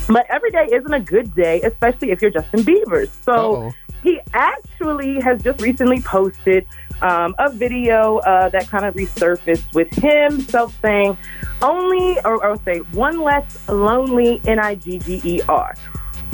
[SPEAKER 1] but every day isn't a good day, especially if you're Justin Bieber. So he actually has just recently posted um, a video uh, that kind of resurfaced with himself saying, only, or I would say, one less lonely, N I G G E R.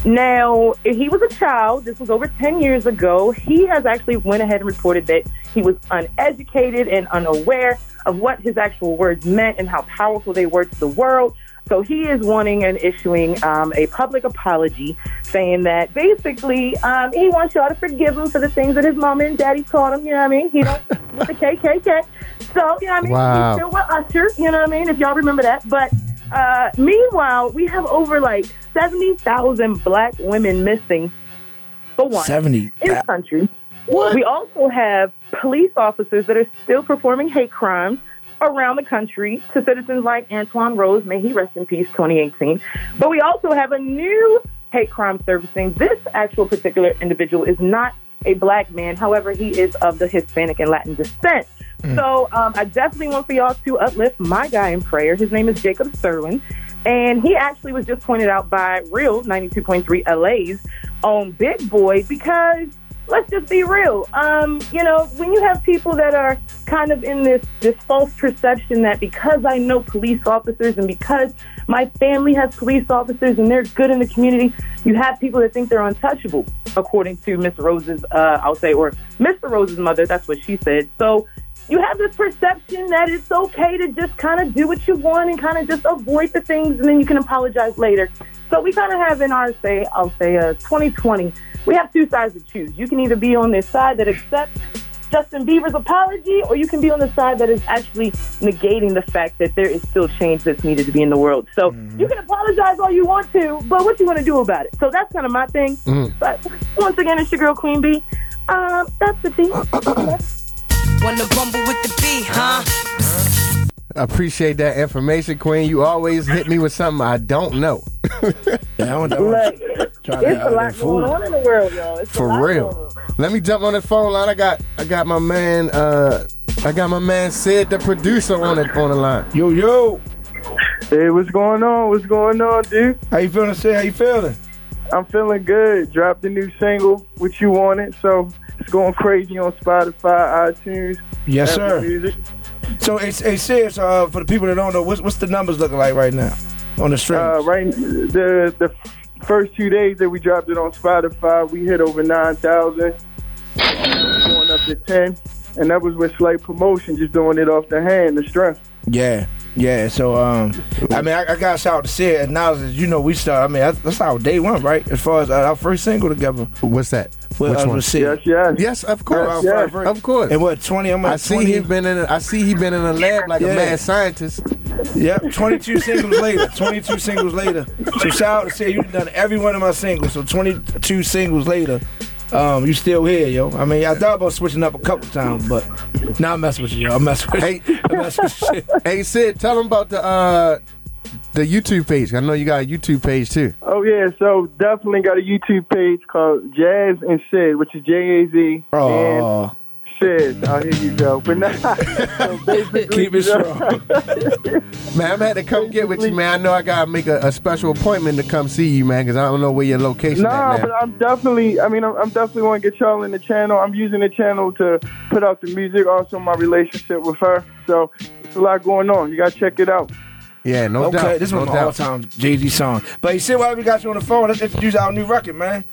[SPEAKER 1] Now, if he was a child, this was over 10 years ago, he has actually went ahead and reported that he was uneducated and unaware of what his actual words meant and how powerful they were to the world. So he is wanting and issuing um, a public apology, saying that basically um, he wants y'all to forgive him for the things that his mama and daddy taught him. You know what I mean? He don't with the KKK. So you know what I mean?
[SPEAKER 3] Wow.
[SPEAKER 1] He's still with Usher. You know what I mean? If y'all remember that, but. Uh, meanwhile, we have over like 70,000 black women missing for one
[SPEAKER 4] 70.
[SPEAKER 1] in the country. We also have police officers that are still performing hate crimes around the country to citizens like Antoine Rose, may he rest in peace, 2018. But we also have a new hate crime servicing. This actual particular individual is not a black man. However, he is of the Hispanic and Latin descent.
[SPEAKER 18] Mm.
[SPEAKER 1] So um, I definitely want for y'all to uplift my guy in prayer. His name is Jacob Sterling. And he actually was just pointed out by Real 92.3 LA's on Big Boy because let's just be real. Um, you know, when you have people that are kind of in this, this false perception that because I know police officers and because my family has police officers and they're good in the community, you have people that think they're untouchable, according to Miss Rose's, uh, I'll say, or Mr. Rose's mother. That's what she said. So you have this perception that it's okay to just kind of do what you want and kind of just avoid the things and then you can apologize later. So we kind of have in our say, I'll say, uh, 2020, we have two sides to choose. You can either be on this side that accepts Justin Bieber's apology, or you can be on the side that is actually negating the fact that there is still change that's needed to be in the world. So you can apologize all you want to, but what you want to do about it? So that's kind of my thing.
[SPEAKER 18] Mm.
[SPEAKER 1] But once again, it's your girl Queen Bee. Um, that's the tea.
[SPEAKER 19] Wanna bumble with the B, huh?
[SPEAKER 3] Appreciate that information, Queen. You always hit me with something I don't know.
[SPEAKER 1] Look, it's a lot going on in the world, y'all. It's a lot
[SPEAKER 3] For real. Let me jump on the phone line. I got I got my man uh I got my man Sid the producer on it on the line.
[SPEAKER 4] Yo yo. Hey, what's going on? What's going on, dude? How you feeling, Sid? How you feeling?
[SPEAKER 20] I'm feeling good. Dropped the new single, What You Wanted. So it's going crazy on Spotify, iTunes.
[SPEAKER 4] Yes,
[SPEAKER 20] Apple
[SPEAKER 4] sir.
[SPEAKER 20] Music.
[SPEAKER 4] So, it's hey, Sid, uh, for the people that don't know, what's, what's the numbers looking like right now on the stream?
[SPEAKER 20] Uh, right, the the first two days that we dropped it on Spotify, we hit over 9,000, going up to 10. And that was with slight promotion, just doing it off the hand, the strength.
[SPEAKER 4] Yeah, yeah. So, um, I mean, I, I got shout out to Sid. And now that you know, we start. I mean, that's, that's our day one, right? As far as uh, our first single together.
[SPEAKER 3] What's that?
[SPEAKER 4] With,
[SPEAKER 3] Which
[SPEAKER 4] uh,
[SPEAKER 3] one?
[SPEAKER 4] With Sid.
[SPEAKER 3] Yes,
[SPEAKER 4] yes,
[SPEAKER 3] Yes, of course. Of course.
[SPEAKER 4] And what twenty? I'm at
[SPEAKER 3] I see
[SPEAKER 4] 20.
[SPEAKER 3] he been in a, I see he been in a lab like
[SPEAKER 4] Yeah.
[SPEAKER 3] a mad scientist.
[SPEAKER 4] Yep, 22 singles later. 22 singles later. So shout out to say you've done every one of my singles. So 22 singles later, um, you still here, yo. I mean, I thought about switching up a couple times, but now I'm messing with you, yo. I'm messing with
[SPEAKER 3] Hey,
[SPEAKER 4] I'm messing with you.
[SPEAKER 3] hey Sid, tell him about the uh the YouTube page. I know you got a YouTube page too.
[SPEAKER 20] Oh, yeah. So definitely got a YouTube page called Jazz and Sid, which is J A Z.
[SPEAKER 4] Oh.
[SPEAKER 20] Sid. Oh, here you go. But nah, so basically,
[SPEAKER 3] Keep it
[SPEAKER 20] you know,
[SPEAKER 3] strong. Man, I'm gonna have to come get with you, man. I know I gotta make a, a special appointment to come see you, man, because I don't know where your location
[SPEAKER 20] Nah,
[SPEAKER 3] at now.
[SPEAKER 20] but I'm definitely. I mean, I'm, I'm definitely want to get y'all in the channel. I'm using the channel to put out the music. Also, my relationship with her. So it's a lot going on. You gotta check it out.
[SPEAKER 3] yeah, no
[SPEAKER 4] okay,
[SPEAKER 3] doubt.
[SPEAKER 4] this is
[SPEAKER 3] no
[SPEAKER 4] one of my
[SPEAKER 3] doubt.
[SPEAKER 4] all-time Jay Z song. But you see, why we got you on the phone? Let's introduce our new record, man.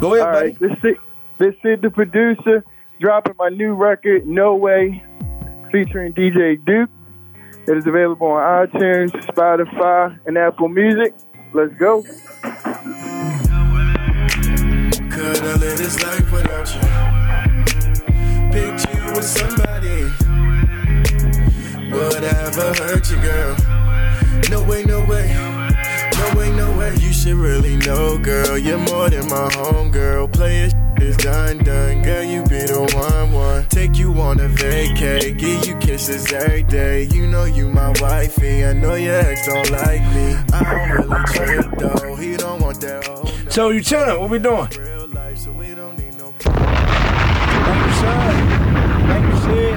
[SPEAKER 4] Go ahead, buddy.
[SPEAKER 20] This is this is the producer dropping my new record, No Way, featuring DJ Duke. It is available on iTunes, Spotify, and Apple Music. Let's go.
[SPEAKER 21] Could I live this life without you? Picture you with somebody. Would I ever hurt you, girl? No way, no way. No way, no way. You should really know, girl. You're more than my homegirl. Playin' shit is done, done. Girl, you be the one, one. Take you on a vacay. Give you kisses every day. You know you my wifey. I know your ex don't like me. I don't really trip, though. He don't want that old.
[SPEAKER 4] So you chilling? What we doing?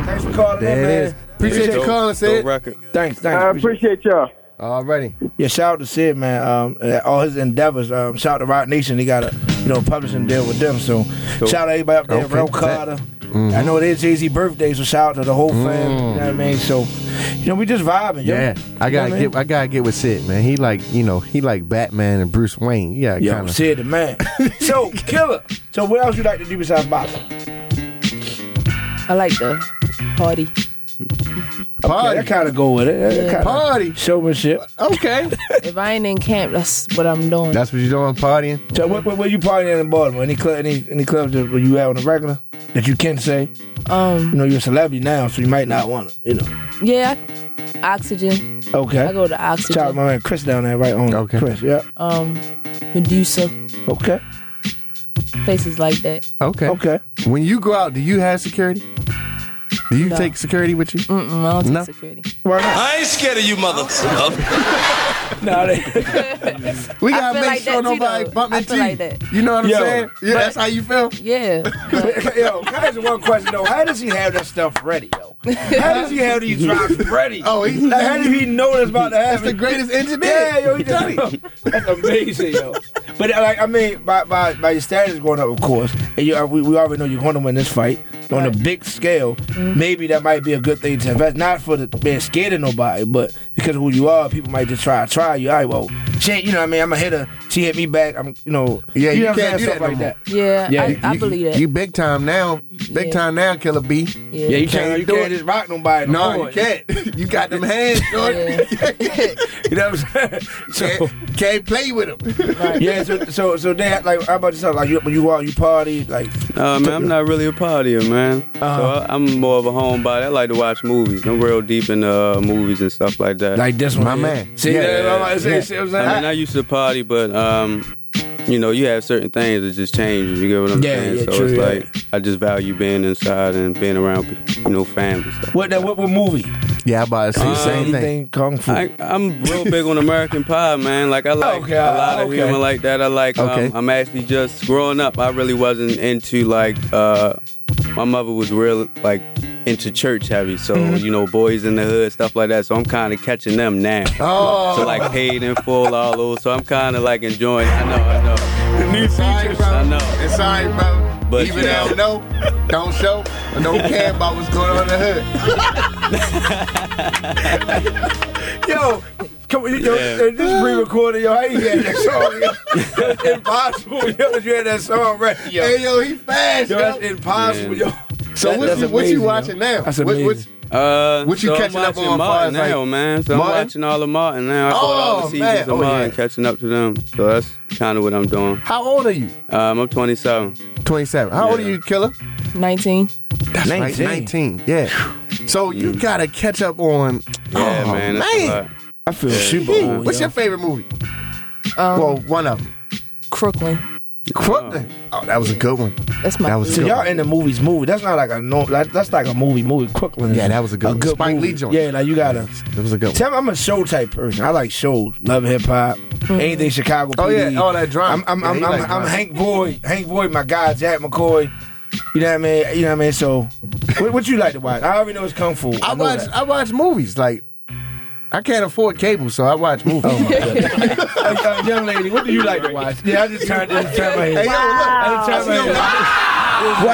[SPEAKER 4] Thanks for calling
[SPEAKER 20] There
[SPEAKER 4] in,
[SPEAKER 20] it
[SPEAKER 4] man.
[SPEAKER 20] is. Appreciate you calling, Sid.
[SPEAKER 4] record. Thanks, thanks.
[SPEAKER 20] I appreciate y'all.
[SPEAKER 3] Alrighty.
[SPEAKER 4] Yeah, shout out to Sid, man. Um, uh, all his endeavors. Um, shout out to Rock Nation. He got a you know publishing deal with them. So shout out to everybody up there.
[SPEAKER 3] Okay, Mm-hmm.
[SPEAKER 4] Ro
[SPEAKER 3] that-
[SPEAKER 4] Carter. I know it is Jay Z birthday, so shout out to the whole fam. You know what I mean? So you know we just vibing. yo.
[SPEAKER 3] Mm. Yeah, I
[SPEAKER 4] You know
[SPEAKER 3] gotta
[SPEAKER 4] what
[SPEAKER 3] get I gotta get with Sid, man. He like you know he like Batman and Bruce Wayne. Yeah,
[SPEAKER 4] Yo,
[SPEAKER 3] kind of.
[SPEAKER 4] Sid the man. so killer. So what else you like to do besides boxing?
[SPEAKER 7] I like the party.
[SPEAKER 4] Party. that kind of go with it. That
[SPEAKER 7] Yeah.
[SPEAKER 4] kinda
[SPEAKER 7] Party.
[SPEAKER 4] Showmanship.
[SPEAKER 3] Okay.
[SPEAKER 7] if I ain't in camp, that's what I'm doing.
[SPEAKER 3] That's what you doing, partying?
[SPEAKER 4] So, what, what, what you partying in Baltimore? Any club, any any clubs that where you at on the regular that you can say?
[SPEAKER 7] Um,
[SPEAKER 4] you know you're a celebrity now, so you might not want to. You know.
[SPEAKER 7] Yeah, oxygen.
[SPEAKER 4] Okay.
[SPEAKER 7] I go to oxygen.
[SPEAKER 4] Shout out my man Chris down there, right on. Okay. Chris. Yeah.
[SPEAKER 7] Um, Medusa.
[SPEAKER 4] Okay.
[SPEAKER 7] Places like that.
[SPEAKER 3] Okay.
[SPEAKER 4] Okay.
[SPEAKER 3] When you go out, do you have security? Do you
[SPEAKER 7] No.
[SPEAKER 3] take security with you?
[SPEAKER 7] Mm-mm, I don't take
[SPEAKER 3] No.
[SPEAKER 7] security.
[SPEAKER 6] I ain't scared of you, mother.
[SPEAKER 4] no, they.
[SPEAKER 3] We
[SPEAKER 7] I
[SPEAKER 3] gotta
[SPEAKER 7] feel
[SPEAKER 3] make
[SPEAKER 7] like
[SPEAKER 3] sure
[SPEAKER 7] that too,
[SPEAKER 3] nobody
[SPEAKER 7] though.
[SPEAKER 3] bump
[SPEAKER 7] I
[SPEAKER 3] into
[SPEAKER 7] feel
[SPEAKER 3] you.
[SPEAKER 7] like that.
[SPEAKER 3] You know what I'm
[SPEAKER 4] Yo.
[SPEAKER 3] saying? Yeah,
[SPEAKER 4] But-
[SPEAKER 3] that's how you feel.
[SPEAKER 7] Yeah.
[SPEAKER 4] yo, can I ask you one question though? How does he have that stuff ready, yo? How does he have these drops ready?
[SPEAKER 3] Oh, he-
[SPEAKER 4] like, how did he know that's about to happen? That's the
[SPEAKER 3] greatest engineer.
[SPEAKER 4] Yeah, yo, he just, that's amazing, yo. But uh, like, I mean, by, by, by your standards going up, of course, and you, uh, we, we already know you're going to win this fight on a big scale. Maybe that might be a good thing to invest, not for the being scared of nobody, but because of who you are, people might just try try you. All right, well, shit, you know what I mean? I'm a hitter. She hit me back. I'm, you know,
[SPEAKER 3] Yeah, you,
[SPEAKER 4] know what
[SPEAKER 3] can't
[SPEAKER 4] I'm
[SPEAKER 3] do
[SPEAKER 4] saying?
[SPEAKER 3] that
[SPEAKER 4] Stuff
[SPEAKER 3] no
[SPEAKER 4] like
[SPEAKER 3] more.
[SPEAKER 4] that.
[SPEAKER 7] Yeah, I- I believe that.
[SPEAKER 3] You big time now, big
[SPEAKER 7] Yeah.
[SPEAKER 3] time now, Killer B.
[SPEAKER 7] Yeah. Yeah, you
[SPEAKER 4] can't- you
[SPEAKER 3] do
[SPEAKER 4] can't
[SPEAKER 3] it.
[SPEAKER 4] just rock nobody no
[SPEAKER 3] No,
[SPEAKER 4] more.
[SPEAKER 3] you can't. You got them hands, Jordan.
[SPEAKER 4] You know what I'm saying? So,
[SPEAKER 3] can't, can't play with them.
[SPEAKER 4] yeah, so so so they had, like how about yourself? Like you, when you out, you party, like
[SPEAKER 16] Uh, man, I'm not really a partier, man. So
[SPEAKER 4] Uh-huh.
[SPEAKER 16] I, I'm more of a homebody. I like to watch movies. I'm real deep in uh, movies and stuff like that.
[SPEAKER 4] Like this one
[SPEAKER 3] My
[SPEAKER 4] here.
[SPEAKER 3] man.
[SPEAKER 4] See,
[SPEAKER 3] Yeah.
[SPEAKER 4] that- I'm like, see-
[SPEAKER 3] Yeah.
[SPEAKER 4] see what I'm saying?
[SPEAKER 16] I mean, I used to party, but um, you know, you have certain things that just change. You get what I'm
[SPEAKER 4] Yeah,
[SPEAKER 16] saying?
[SPEAKER 4] yeah,
[SPEAKER 16] so
[SPEAKER 4] true,
[SPEAKER 16] it's
[SPEAKER 4] yeah.
[SPEAKER 16] like I just value being inside and being around, you know, family. So.
[SPEAKER 4] What that? What, what movie? Uh,
[SPEAKER 3] Yeah, I'm about to say the same
[SPEAKER 4] Anything
[SPEAKER 3] thing.
[SPEAKER 4] kung fu?
[SPEAKER 16] I, I'm real big on American Pie, man. Like I like
[SPEAKER 4] Okay,
[SPEAKER 16] a lot of
[SPEAKER 4] okay.
[SPEAKER 16] humor like that. I like.
[SPEAKER 4] Okay.
[SPEAKER 16] Um, I'm actually just growing up. I really wasn't into like. Uh, my mother was real like into church heavy, so
[SPEAKER 3] Mm-hmm.
[SPEAKER 16] you know boys in the hood stuff like that. So I'm kind of catching them now.
[SPEAKER 3] Oh.
[SPEAKER 16] So like paid in full all those. So I'm kind of like enjoying. I know, I know.
[SPEAKER 3] New features.
[SPEAKER 16] I know.
[SPEAKER 3] It's all right, brother.
[SPEAKER 16] But,
[SPEAKER 3] Even
[SPEAKER 16] yeah.
[SPEAKER 3] though no, don't show, and don't care about what's going on in the hood.
[SPEAKER 4] yo, come on, yo,
[SPEAKER 16] Yeah.
[SPEAKER 4] yo, this pre-recorded, yo. How you had that song? Yo? It's impossible, yo. that You had that song ready, yo.
[SPEAKER 3] Hey, yo, he fast,
[SPEAKER 4] Yo,
[SPEAKER 3] yo.
[SPEAKER 4] that's impossible,
[SPEAKER 16] Yeah.
[SPEAKER 4] yo.
[SPEAKER 3] So
[SPEAKER 4] That-
[SPEAKER 3] what
[SPEAKER 4] that's
[SPEAKER 3] you what
[SPEAKER 4] amazing,
[SPEAKER 3] you
[SPEAKER 4] yo.
[SPEAKER 3] watching now?
[SPEAKER 4] That's
[SPEAKER 3] What- what-
[SPEAKER 4] amazing.
[SPEAKER 16] Uh,
[SPEAKER 3] What you
[SPEAKER 16] so I'm
[SPEAKER 3] catching up
[SPEAKER 16] watching
[SPEAKER 3] on
[SPEAKER 16] Martin
[SPEAKER 3] far as,
[SPEAKER 16] now,
[SPEAKER 3] like-
[SPEAKER 16] man? So
[SPEAKER 3] Martin?
[SPEAKER 16] I'm watching all of Martin now. I caught all
[SPEAKER 3] Oh,
[SPEAKER 16] the seasons
[SPEAKER 3] man.
[SPEAKER 16] of
[SPEAKER 3] Oh,
[SPEAKER 16] Martin,
[SPEAKER 3] yeah.
[SPEAKER 16] catching up to them. So that's kind of what I'm doing.
[SPEAKER 3] How old are you?
[SPEAKER 16] Um, I'm 27.
[SPEAKER 3] 27. How old are
[SPEAKER 16] Yeah.
[SPEAKER 3] you, Killer?
[SPEAKER 7] 19.
[SPEAKER 3] That's right,
[SPEAKER 4] 19.
[SPEAKER 3] 19. Yeah. So you gotta catch up on.
[SPEAKER 16] Yeah,
[SPEAKER 3] oh,
[SPEAKER 16] man. That's a lot.
[SPEAKER 3] man.
[SPEAKER 4] I feel super
[SPEAKER 3] Gee,
[SPEAKER 4] old,
[SPEAKER 3] What's
[SPEAKER 4] yo.
[SPEAKER 3] your favorite movie?
[SPEAKER 7] Um,
[SPEAKER 3] Well, one of them.
[SPEAKER 7] Crooklyn.
[SPEAKER 3] Crooklyn. Oh, that was a good one.
[SPEAKER 7] That's my.
[SPEAKER 3] That was
[SPEAKER 4] So
[SPEAKER 3] good.
[SPEAKER 4] y'all in the movies movie. That's not like a no. That, that's like a movie movie. Crooklyn. is
[SPEAKER 3] Yeah, that was a good one. Spike
[SPEAKER 4] movie.
[SPEAKER 3] Lee joint.
[SPEAKER 4] Yeah, like you gotta.
[SPEAKER 3] That was a good one.
[SPEAKER 4] Tell me, I'm a show type person. I like shows. Love hip hop. Anything Chicago.
[SPEAKER 3] Oh,
[SPEAKER 4] PD.
[SPEAKER 3] yeah, all that drama.
[SPEAKER 4] I'm, I'm,
[SPEAKER 3] Yeah,
[SPEAKER 4] I'm,
[SPEAKER 3] he
[SPEAKER 4] I'm,
[SPEAKER 3] like
[SPEAKER 4] I'm
[SPEAKER 3] drama.
[SPEAKER 4] Hank Boyd. Hank Boyd, my guy, Jack McCoy. You know what I mean? You know what I mean? So, what, what you like to watch? I already know it's Kung Fu.
[SPEAKER 3] I
[SPEAKER 4] know
[SPEAKER 3] watch
[SPEAKER 4] that.
[SPEAKER 3] I watch movies like I can't afford cable, so I watch movies.
[SPEAKER 4] Oh, Hey, uh, young lady, what do you like to watch? Yeah, I just turned, I just turned my
[SPEAKER 3] Hey,
[SPEAKER 4] head.
[SPEAKER 3] yo, look.
[SPEAKER 4] I just turned my head.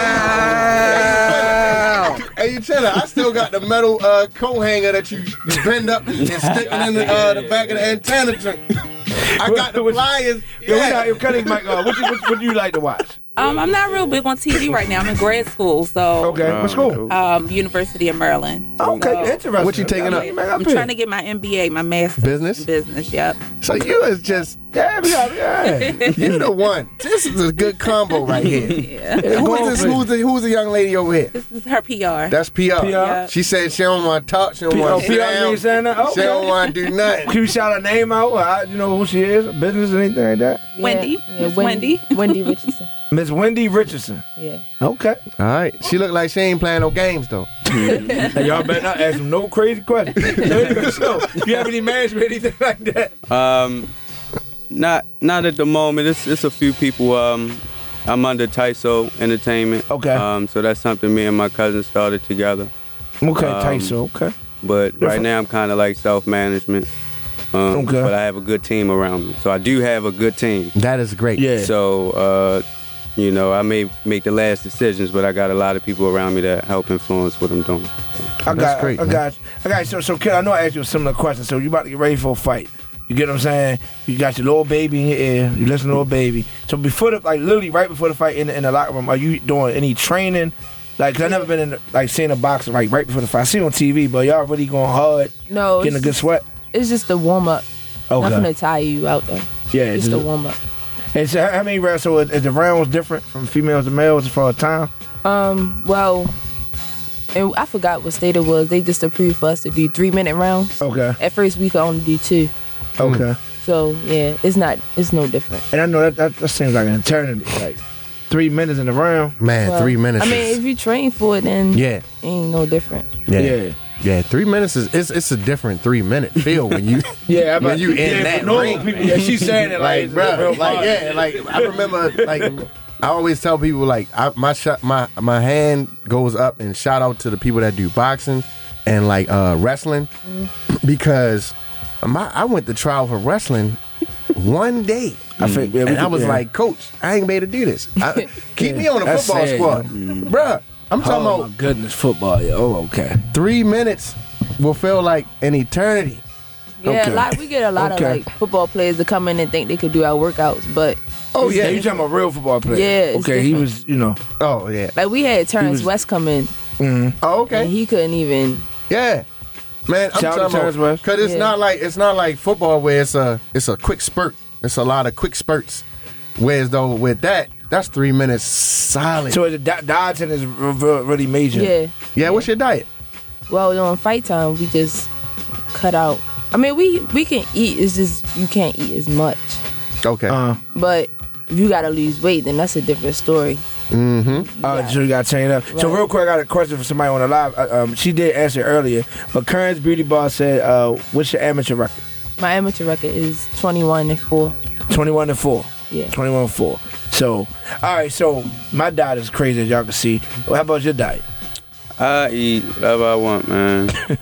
[SPEAKER 3] Wow. Hey, you tell her, I still got the metal uh, coat hanger that you, you bend up and stick it in the, uh, the back of the antenna joint. I got the flyers.
[SPEAKER 4] Yo, we got
[SPEAKER 3] Yeah.
[SPEAKER 4] him cutting my. Uh, what, you, what, what do you like to watch?
[SPEAKER 15] Um, I'm not real big on TV right now. I'm in grad school, so
[SPEAKER 4] Okay, what's cool?
[SPEAKER 15] um, University of Maryland.
[SPEAKER 4] Okay, interesting.
[SPEAKER 3] What you taking up?
[SPEAKER 15] I'm trying to get my MBA, my master's
[SPEAKER 3] Business?
[SPEAKER 15] in business. Yep.
[SPEAKER 3] So you is just,
[SPEAKER 4] Yeah, yeah, yeah.
[SPEAKER 3] you the one. This is a good combo right here. Who is this? Who's the, who's the young lady over here?
[SPEAKER 15] This is her PR.
[SPEAKER 3] That's PR.
[SPEAKER 4] PR.
[SPEAKER 3] She said she don't want to talk. She don't
[SPEAKER 4] P-
[SPEAKER 3] want
[SPEAKER 4] oh,
[SPEAKER 3] to
[SPEAKER 4] PR,
[SPEAKER 3] sit down.
[SPEAKER 4] you saying that?
[SPEAKER 3] She
[SPEAKER 4] Okay.
[SPEAKER 3] don't want to do nothing.
[SPEAKER 4] Can you shout her name out? Or I, you know who she is? Business or anything like that?
[SPEAKER 15] Wendy.
[SPEAKER 7] Yeah,
[SPEAKER 15] Miss
[SPEAKER 7] Wendy. Wendy Richardson.
[SPEAKER 4] Miss Wendy Richardson.
[SPEAKER 7] Yeah.
[SPEAKER 4] Okay.
[SPEAKER 3] All right. She looked like she ain't playing no games though.
[SPEAKER 4] Hey, y'all better not ask him no crazy questions. so, you have any management, anything like that?
[SPEAKER 16] Um, not not at the moment. It's it's a few people. Um, I'm under Tyso Entertainment.
[SPEAKER 4] Okay.
[SPEAKER 16] Um, so that's something me and my cousin started together.
[SPEAKER 4] Okay,
[SPEAKER 16] Um,
[SPEAKER 4] Tyson. Okay.
[SPEAKER 16] But right now I'm kind of like self management. Um,
[SPEAKER 4] Okay.
[SPEAKER 16] But I have a good team around me, so I do have a good team.
[SPEAKER 3] That is great.
[SPEAKER 4] Yeah.
[SPEAKER 16] So, uh, you know, I may make the last decisions, but I got a lot of people around me that help influence what I'm doing.
[SPEAKER 4] I got,
[SPEAKER 3] That's great,
[SPEAKER 4] I
[SPEAKER 3] man.
[SPEAKER 4] got, I got. So, so kid, I know I asked you a similar question. So you about to get ready for a fight. You get what I'm saying? You got your little baby in your ear. You listen to little baby. So before the, like literally right before the fight in the, in the locker room, are you doing any training? Like, 'cause I never been in the- like seen a boxer like right before the fight. I seen it on TV, but y'all really going hard,
[SPEAKER 7] No,
[SPEAKER 4] getting a
[SPEAKER 7] it's-
[SPEAKER 4] good sweat.
[SPEAKER 7] It's just the warm up.
[SPEAKER 4] Okay.
[SPEAKER 7] Nothing to tire you out though.
[SPEAKER 4] Yeah,
[SPEAKER 7] just
[SPEAKER 4] just-
[SPEAKER 7] the warm up.
[SPEAKER 4] And so, how many rounds? So, is, is the rounds different from females to males as far as time?
[SPEAKER 7] Um, well, and I forgot what state it was. They just approved for us to do three minute rounds.
[SPEAKER 4] Okay.
[SPEAKER 7] At first, we could only do two.
[SPEAKER 3] Hmm.
[SPEAKER 4] Okay.
[SPEAKER 7] So yeah, it's not. It's no different.
[SPEAKER 4] And I know that, that that seems like an eternity, like three minutes in the round.
[SPEAKER 3] Man,
[SPEAKER 7] Well,
[SPEAKER 3] three minutes.
[SPEAKER 7] I mean,
[SPEAKER 3] is-
[SPEAKER 7] if you train for it, then
[SPEAKER 3] Yeah.
[SPEAKER 7] ain't no different.
[SPEAKER 3] yeah.
[SPEAKER 4] yeah.
[SPEAKER 3] Yeah, three minutes is it's, it's a different three minute feel when you
[SPEAKER 4] yeah
[SPEAKER 3] when you in
[SPEAKER 4] yeah,
[SPEAKER 3] that
[SPEAKER 4] for normal
[SPEAKER 3] ring.
[SPEAKER 4] people, yeah, she saying it like,
[SPEAKER 3] bruh,
[SPEAKER 4] bro,
[SPEAKER 3] like yeah, like I remember like I always tell people like I, my shot my my hand goes up and shout out to the people that do boxing and like uh wrestling
[SPEAKER 7] Mm-hmm.
[SPEAKER 3] because my I went to trial for wrestling one day.
[SPEAKER 4] I think- yeah, we
[SPEAKER 3] and I
[SPEAKER 4] could-
[SPEAKER 3] was
[SPEAKER 4] yeah.
[SPEAKER 3] like, Coach, I ain't made to do this. I, keep me on the
[SPEAKER 4] That's
[SPEAKER 3] football
[SPEAKER 4] sad,
[SPEAKER 3] squad,
[SPEAKER 4] yo.
[SPEAKER 3] bruh. I'm talking
[SPEAKER 4] oh
[SPEAKER 3] about
[SPEAKER 4] my goodness, football. Yeah. Oh, okay.
[SPEAKER 3] three minutes will feel like an eternity.
[SPEAKER 7] Yeah, a lot, we get a lot
[SPEAKER 3] Okay.
[SPEAKER 7] of like football players that come in and think they could do our workouts, but
[SPEAKER 4] Oh yeah, you talking about real football players?
[SPEAKER 7] Yeah, it's
[SPEAKER 4] Okay, he was, you know.
[SPEAKER 3] Oh yeah.
[SPEAKER 7] like we had Terrence
[SPEAKER 4] was-
[SPEAKER 7] West come in.
[SPEAKER 4] Mm-hmm.
[SPEAKER 3] Oh, okay.
[SPEAKER 7] And he couldn't even.
[SPEAKER 3] Yeah, man, I'm
[SPEAKER 7] Shout out to
[SPEAKER 3] talking
[SPEAKER 7] Terrence
[SPEAKER 3] about
[SPEAKER 7] West.
[SPEAKER 3] because it's
[SPEAKER 7] Yeah.
[SPEAKER 3] not like it's not like football where it's a it's a quick spurt. It's a lot of quick spurts. Whereas though with that, that's three minutes solid.
[SPEAKER 4] So the di- dieting is re- re- really major.
[SPEAKER 7] Yeah.
[SPEAKER 3] yeah. What's your diet?
[SPEAKER 7] Well, on fight time, we just cut out. I mean, we we can eat. It's just you can't eat as much.
[SPEAKER 3] Okay.
[SPEAKER 4] Uh.
[SPEAKER 7] But if you gotta lose weight, then that's a different story.
[SPEAKER 4] Mm-hmm. Uh, so you got to change it up. So real quick, I got a question for somebody on the live. Uh, um, she did answer earlier, but Currents Beauty Bar said, uh, "What's your amateur record?
[SPEAKER 7] My amateur record is 21 and four.
[SPEAKER 4] Twenty-one to four.
[SPEAKER 7] Yeah.
[SPEAKER 4] twenty-one to four. So, all right. So my diet is crazy as y'all can see. Well, how about your diet?
[SPEAKER 16] I eat whatever I want, man. Uh,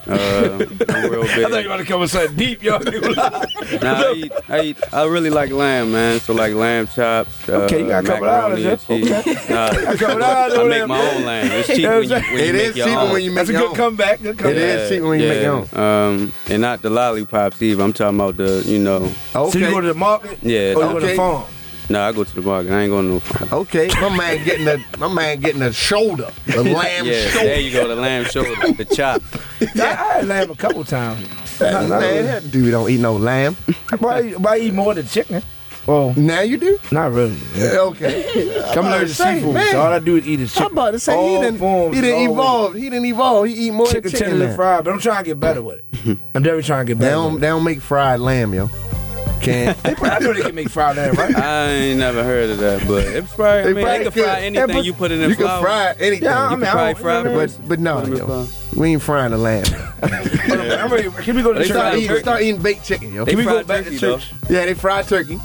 [SPEAKER 16] I'm real big.
[SPEAKER 4] you about to come with something deep, y'all.
[SPEAKER 16] Nah, I eat, I eat. I really like lamb, man. So like lamb chops. Uh,
[SPEAKER 4] Okay, you got a couple
[SPEAKER 16] macaroni
[SPEAKER 4] dollars,
[SPEAKER 16] and
[SPEAKER 4] yeah.
[SPEAKER 16] cheese. Nah,
[SPEAKER 4] A couple dollars
[SPEAKER 16] I
[SPEAKER 4] on
[SPEAKER 16] make
[SPEAKER 4] that,
[SPEAKER 16] my
[SPEAKER 4] man.
[SPEAKER 16] own lamb. It's
[SPEAKER 4] You
[SPEAKER 16] cheap
[SPEAKER 4] know
[SPEAKER 16] when
[SPEAKER 4] what
[SPEAKER 16] you,
[SPEAKER 4] I'm
[SPEAKER 16] when
[SPEAKER 4] saying?
[SPEAKER 16] you make your own.
[SPEAKER 4] That's a good comeback. Good comeback.
[SPEAKER 16] Um, and not the lollipops either. I'm talking about the, you know.
[SPEAKER 4] So you go to the market?
[SPEAKER 16] Yeah.
[SPEAKER 4] Or you go to the farm?
[SPEAKER 16] Nah, I go to the market. I ain't going to no farm.
[SPEAKER 3] Okay, my man getting a my man getting a shoulder, a lamb
[SPEAKER 16] yeah,
[SPEAKER 3] shoulder.
[SPEAKER 16] There you go, the lamb shoulder, the chop.
[SPEAKER 4] I, I had lamb a couple times.
[SPEAKER 3] Man, that dude don't eat no lamb.
[SPEAKER 4] Why, why eat more than chicken? Well,
[SPEAKER 3] now you do.
[SPEAKER 4] Not really.
[SPEAKER 3] Okay,
[SPEAKER 4] Come learn the seafood. So all I do is eat is chicken.
[SPEAKER 3] I'm about to say
[SPEAKER 4] All
[SPEAKER 3] he didn't
[SPEAKER 4] forms,
[SPEAKER 3] he didn't
[SPEAKER 4] all
[SPEAKER 3] evolve. He didn't evolve. He eat more
[SPEAKER 4] chicken,
[SPEAKER 3] than chicken.
[SPEAKER 4] tender and
[SPEAKER 3] now.
[SPEAKER 4] fried, but I'm trying to get better with it. Mm-hmm. I'm definitely trying to get
[SPEAKER 3] They
[SPEAKER 4] better.
[SPEAKER 3] don't
[SPEAKER 4] with
[SPEAKER 3] they don't make fried lamb, yo. Can't.
[SPEAKER 4] it. I know they can make fried lamb, right?
[SPEAKER 16] I ain't never heard of that, but it's probably, I mean, they can fry anything you put in the
[SPEAKER 3] You
[SPEAKER 16] flour.
[SPEAKER 3] can fry anything.
[SPEAKER 16] Yeah, I
[SPEAKER 3] you
[SPEAKER 16] mean,
[SPEAKER 3] can
[SPEAKER 16] I
[SPEAKER 3] probably
[SPEAKER 16] don't-
[SPEAKER 3] fry,
[SPEAKER 16] you know what I mean?
[SPEAKER 3] but but no, yo. we ain't frying the lamb.
[SPEAKER 4] I'm ready. Can we go to
[SPEAKER 3] They
[SPEAKER 4] the
[SPEAKER 3] start
[SPEAKER 4] church?
[SPEAKER 3] eating, start eating baked chicken, yo.
[SPEAKER 4] Can we go back to church?
[SPEAKER 3] Yeah, they fried turkey.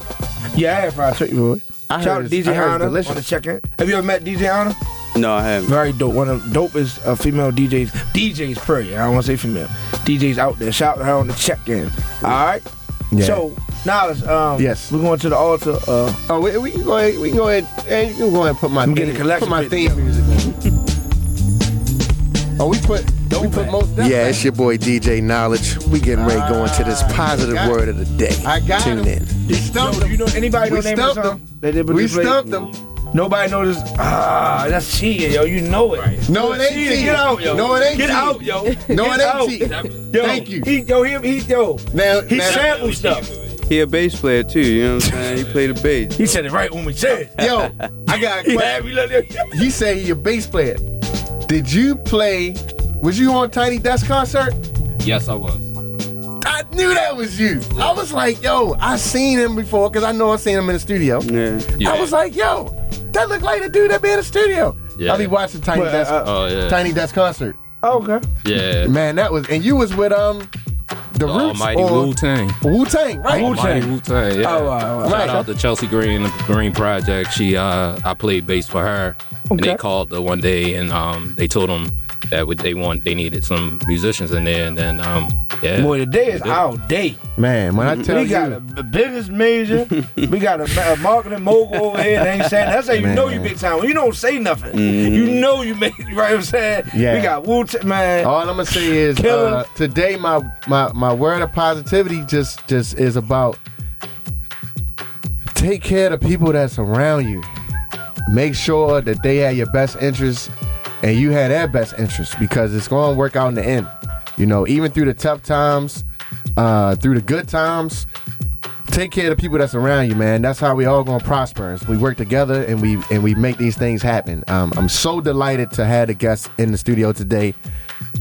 [SPEAKER 4] Yeah, I had fried turkey, boy.
[SPEAKER 3] I
[SPEAKER 4] Shout out
[SPEAKER 3] heard
[SPEAKER 4] to
[SPEAKER 3] it's- I
[SPEAKER 4] DJ
[SPEAKER 3] heard it's
[SPEAKER 4] Honor
[SPEAKER 3] delicious.
[SPEAKER 4] on the check-in. Have you ever met DJ Honor?
[SPEAKER 16] No, I haven't.
[SPEAKER 4] Very dope. One of the dopest uh, female DJs. DJs, period. I don't want to say female. DJs out there. Shout out to her on the check-in. All right?
[SPEAKER 3] Yeah.
[SPEAKER 4] So, Knowledge, um,
[SPEAKER 3] Yes.
[SPEAKER 4] we're going to the altar. Uh,
[SPEAKER 3] Oh, we, we can go ahead. We can go ahead. And you can go ahead and put my
[SPEAKER 4] I'm
[SPEAKER 3] theme,
[SPEAKER 4] getting a collection
[SPEAKER 3] put my
[SPEAKER 4] plate.
[SPEAKER 3] theme music. on. oh, we put. Don't we put most.
[SPEAKER 18] Yeah, it's your boy DJ Knowledge. We getting ready to go into this
[SPEAKER 4] Ah,
[SPEAKER 18] positive
[SPEAKER 3] got
[SPEAKER 18] word of the day.
[SPEAKER 3] I got
[SPEAKER 18] Tune
[SPEAKER 3] him.
[SPEAKER 18] in.
[SPEAKER 3] You stumped
[SPEAKER 4] you know anybody
[SPEAKER 3] We
[SPEAKER 4] know the name of the
[SPEAKER 3] stumped
[SPEAKER 4] song?
[SPEAKER 3] them.
[SPEAKER 4] They did, but
[SPEAKER 3] We
[SPEAKER 4] they played-
[SPEAKER 3] stumped them.
[SPEAKER 4] Nobody knows this. Ah, that's cheating, yo. You know it.
[SPEAKER 3] No, it ain't cheating.
[SPEAKER 4] Get out, yo.
[SPEAKER 3] No, it ain't
[SPEAKER 4] Get
[SPEAKER 3] cheating.
[SPEAKER 4] out, yo.
[SPEAKER 3] No,
[SPEAKER 4] Get
[SPEAKER 3] it ain't
[SPEAKER 4] out.
[SPEAKER 3] cheating.
[SPEAKER 4] Yo,
[SPEAKER 3] Thank you.
[SPEAKER 4] He, yo, he, he, yo.
[SPEAKER 3] Now,
[SPEAKER 4] He
[SPEAKER 3] now-
[SPEAKER 4] sampled stuff.
[SPEAKER 16] He a bass player too, you know what I'm saying? He played the bass.
[SPEAKER 4] He said it right when we said it.
[SPEAKER 3] Yo, I got a
[SPEAKER 4] He had
[SPEAKER 3] question.
[SPEAKER 4] me look there.
[SPEAKER 3] You say you're a bass player. Did you play? Was you on Tiny Desk concert?
[SPEAKER 8] Yes, I was.
[SPEAKER 3] I knew that was you. I was like, yo, I seen him before because I know I seen him in the studio.
[SPEAKER 16] Yeah.
[SPEAKER 3] I was like, yo, that looked like the dude that be in the studio.
[SPEAKER 8] Yeah.
[SPEAKER 3] I be watching Tiny
[SPEAKER 8] Well,
[SPEAKER 3] Desk.
[SPEAKER 8] uh, oh, yeah.
[SPEAKER 3] Tiny Desk concert.
[SPEAKER 4] Okay.
[SPEAKER 8] Yeah.
[SPEAKER 3] Man, that was and you was with um the, Roots
[SPEAKER 8] Almighty Wu Tang.
[SPEAKER 3] Wu Tang, right?
[SPEAKER 8] Wu Tang. Yeah.
[SPEAKER 4] Oh, wow, wow.
[SPEAKER 8] Shout out to Chelsea Green, the Green Project. She, uh, I played bass for her, and they
[SPEAKER 4] Okay.
[SPEAKER 8] called the one day, and um, they told them that what they want, they needed some musicians in there, and then um, yeah.
[SPEAKER 4] Boy, today is our day.
[SPEAKER 3] Man, when I tell
[SPEAKER 4] we
[SPEAKER 3] you,
[SPEAKER 4] got a b- business major. we got a, ma- a marketing mogul over here. That ain't saying that's how you know you
[SPEAKER 3] Man. Mm-hmm.
[SPEAKER 4] big time. When you don't say nothing, you know you make. You right? What I'm saying.
[SPEAKER 3] Yeah.
[SPEAKER 4] We got Wu Tang man.
[SPEAKER 3] All I'm gonna say is
[SPEAKER 4] Killer.
[SPEAKER 3] uh, today my, my my word of positivity just just is about take care of the people that's around you. Make sure that they have your best interests and you had that best interest because it's going to work out in the end. You know, even through the tough times, uh, through the good times, take care of the people that's around you, man. That's how we all gonna prosper. Is we work together and we and we make these things happen. Um, I'm so delighted to have the guests in the studio today.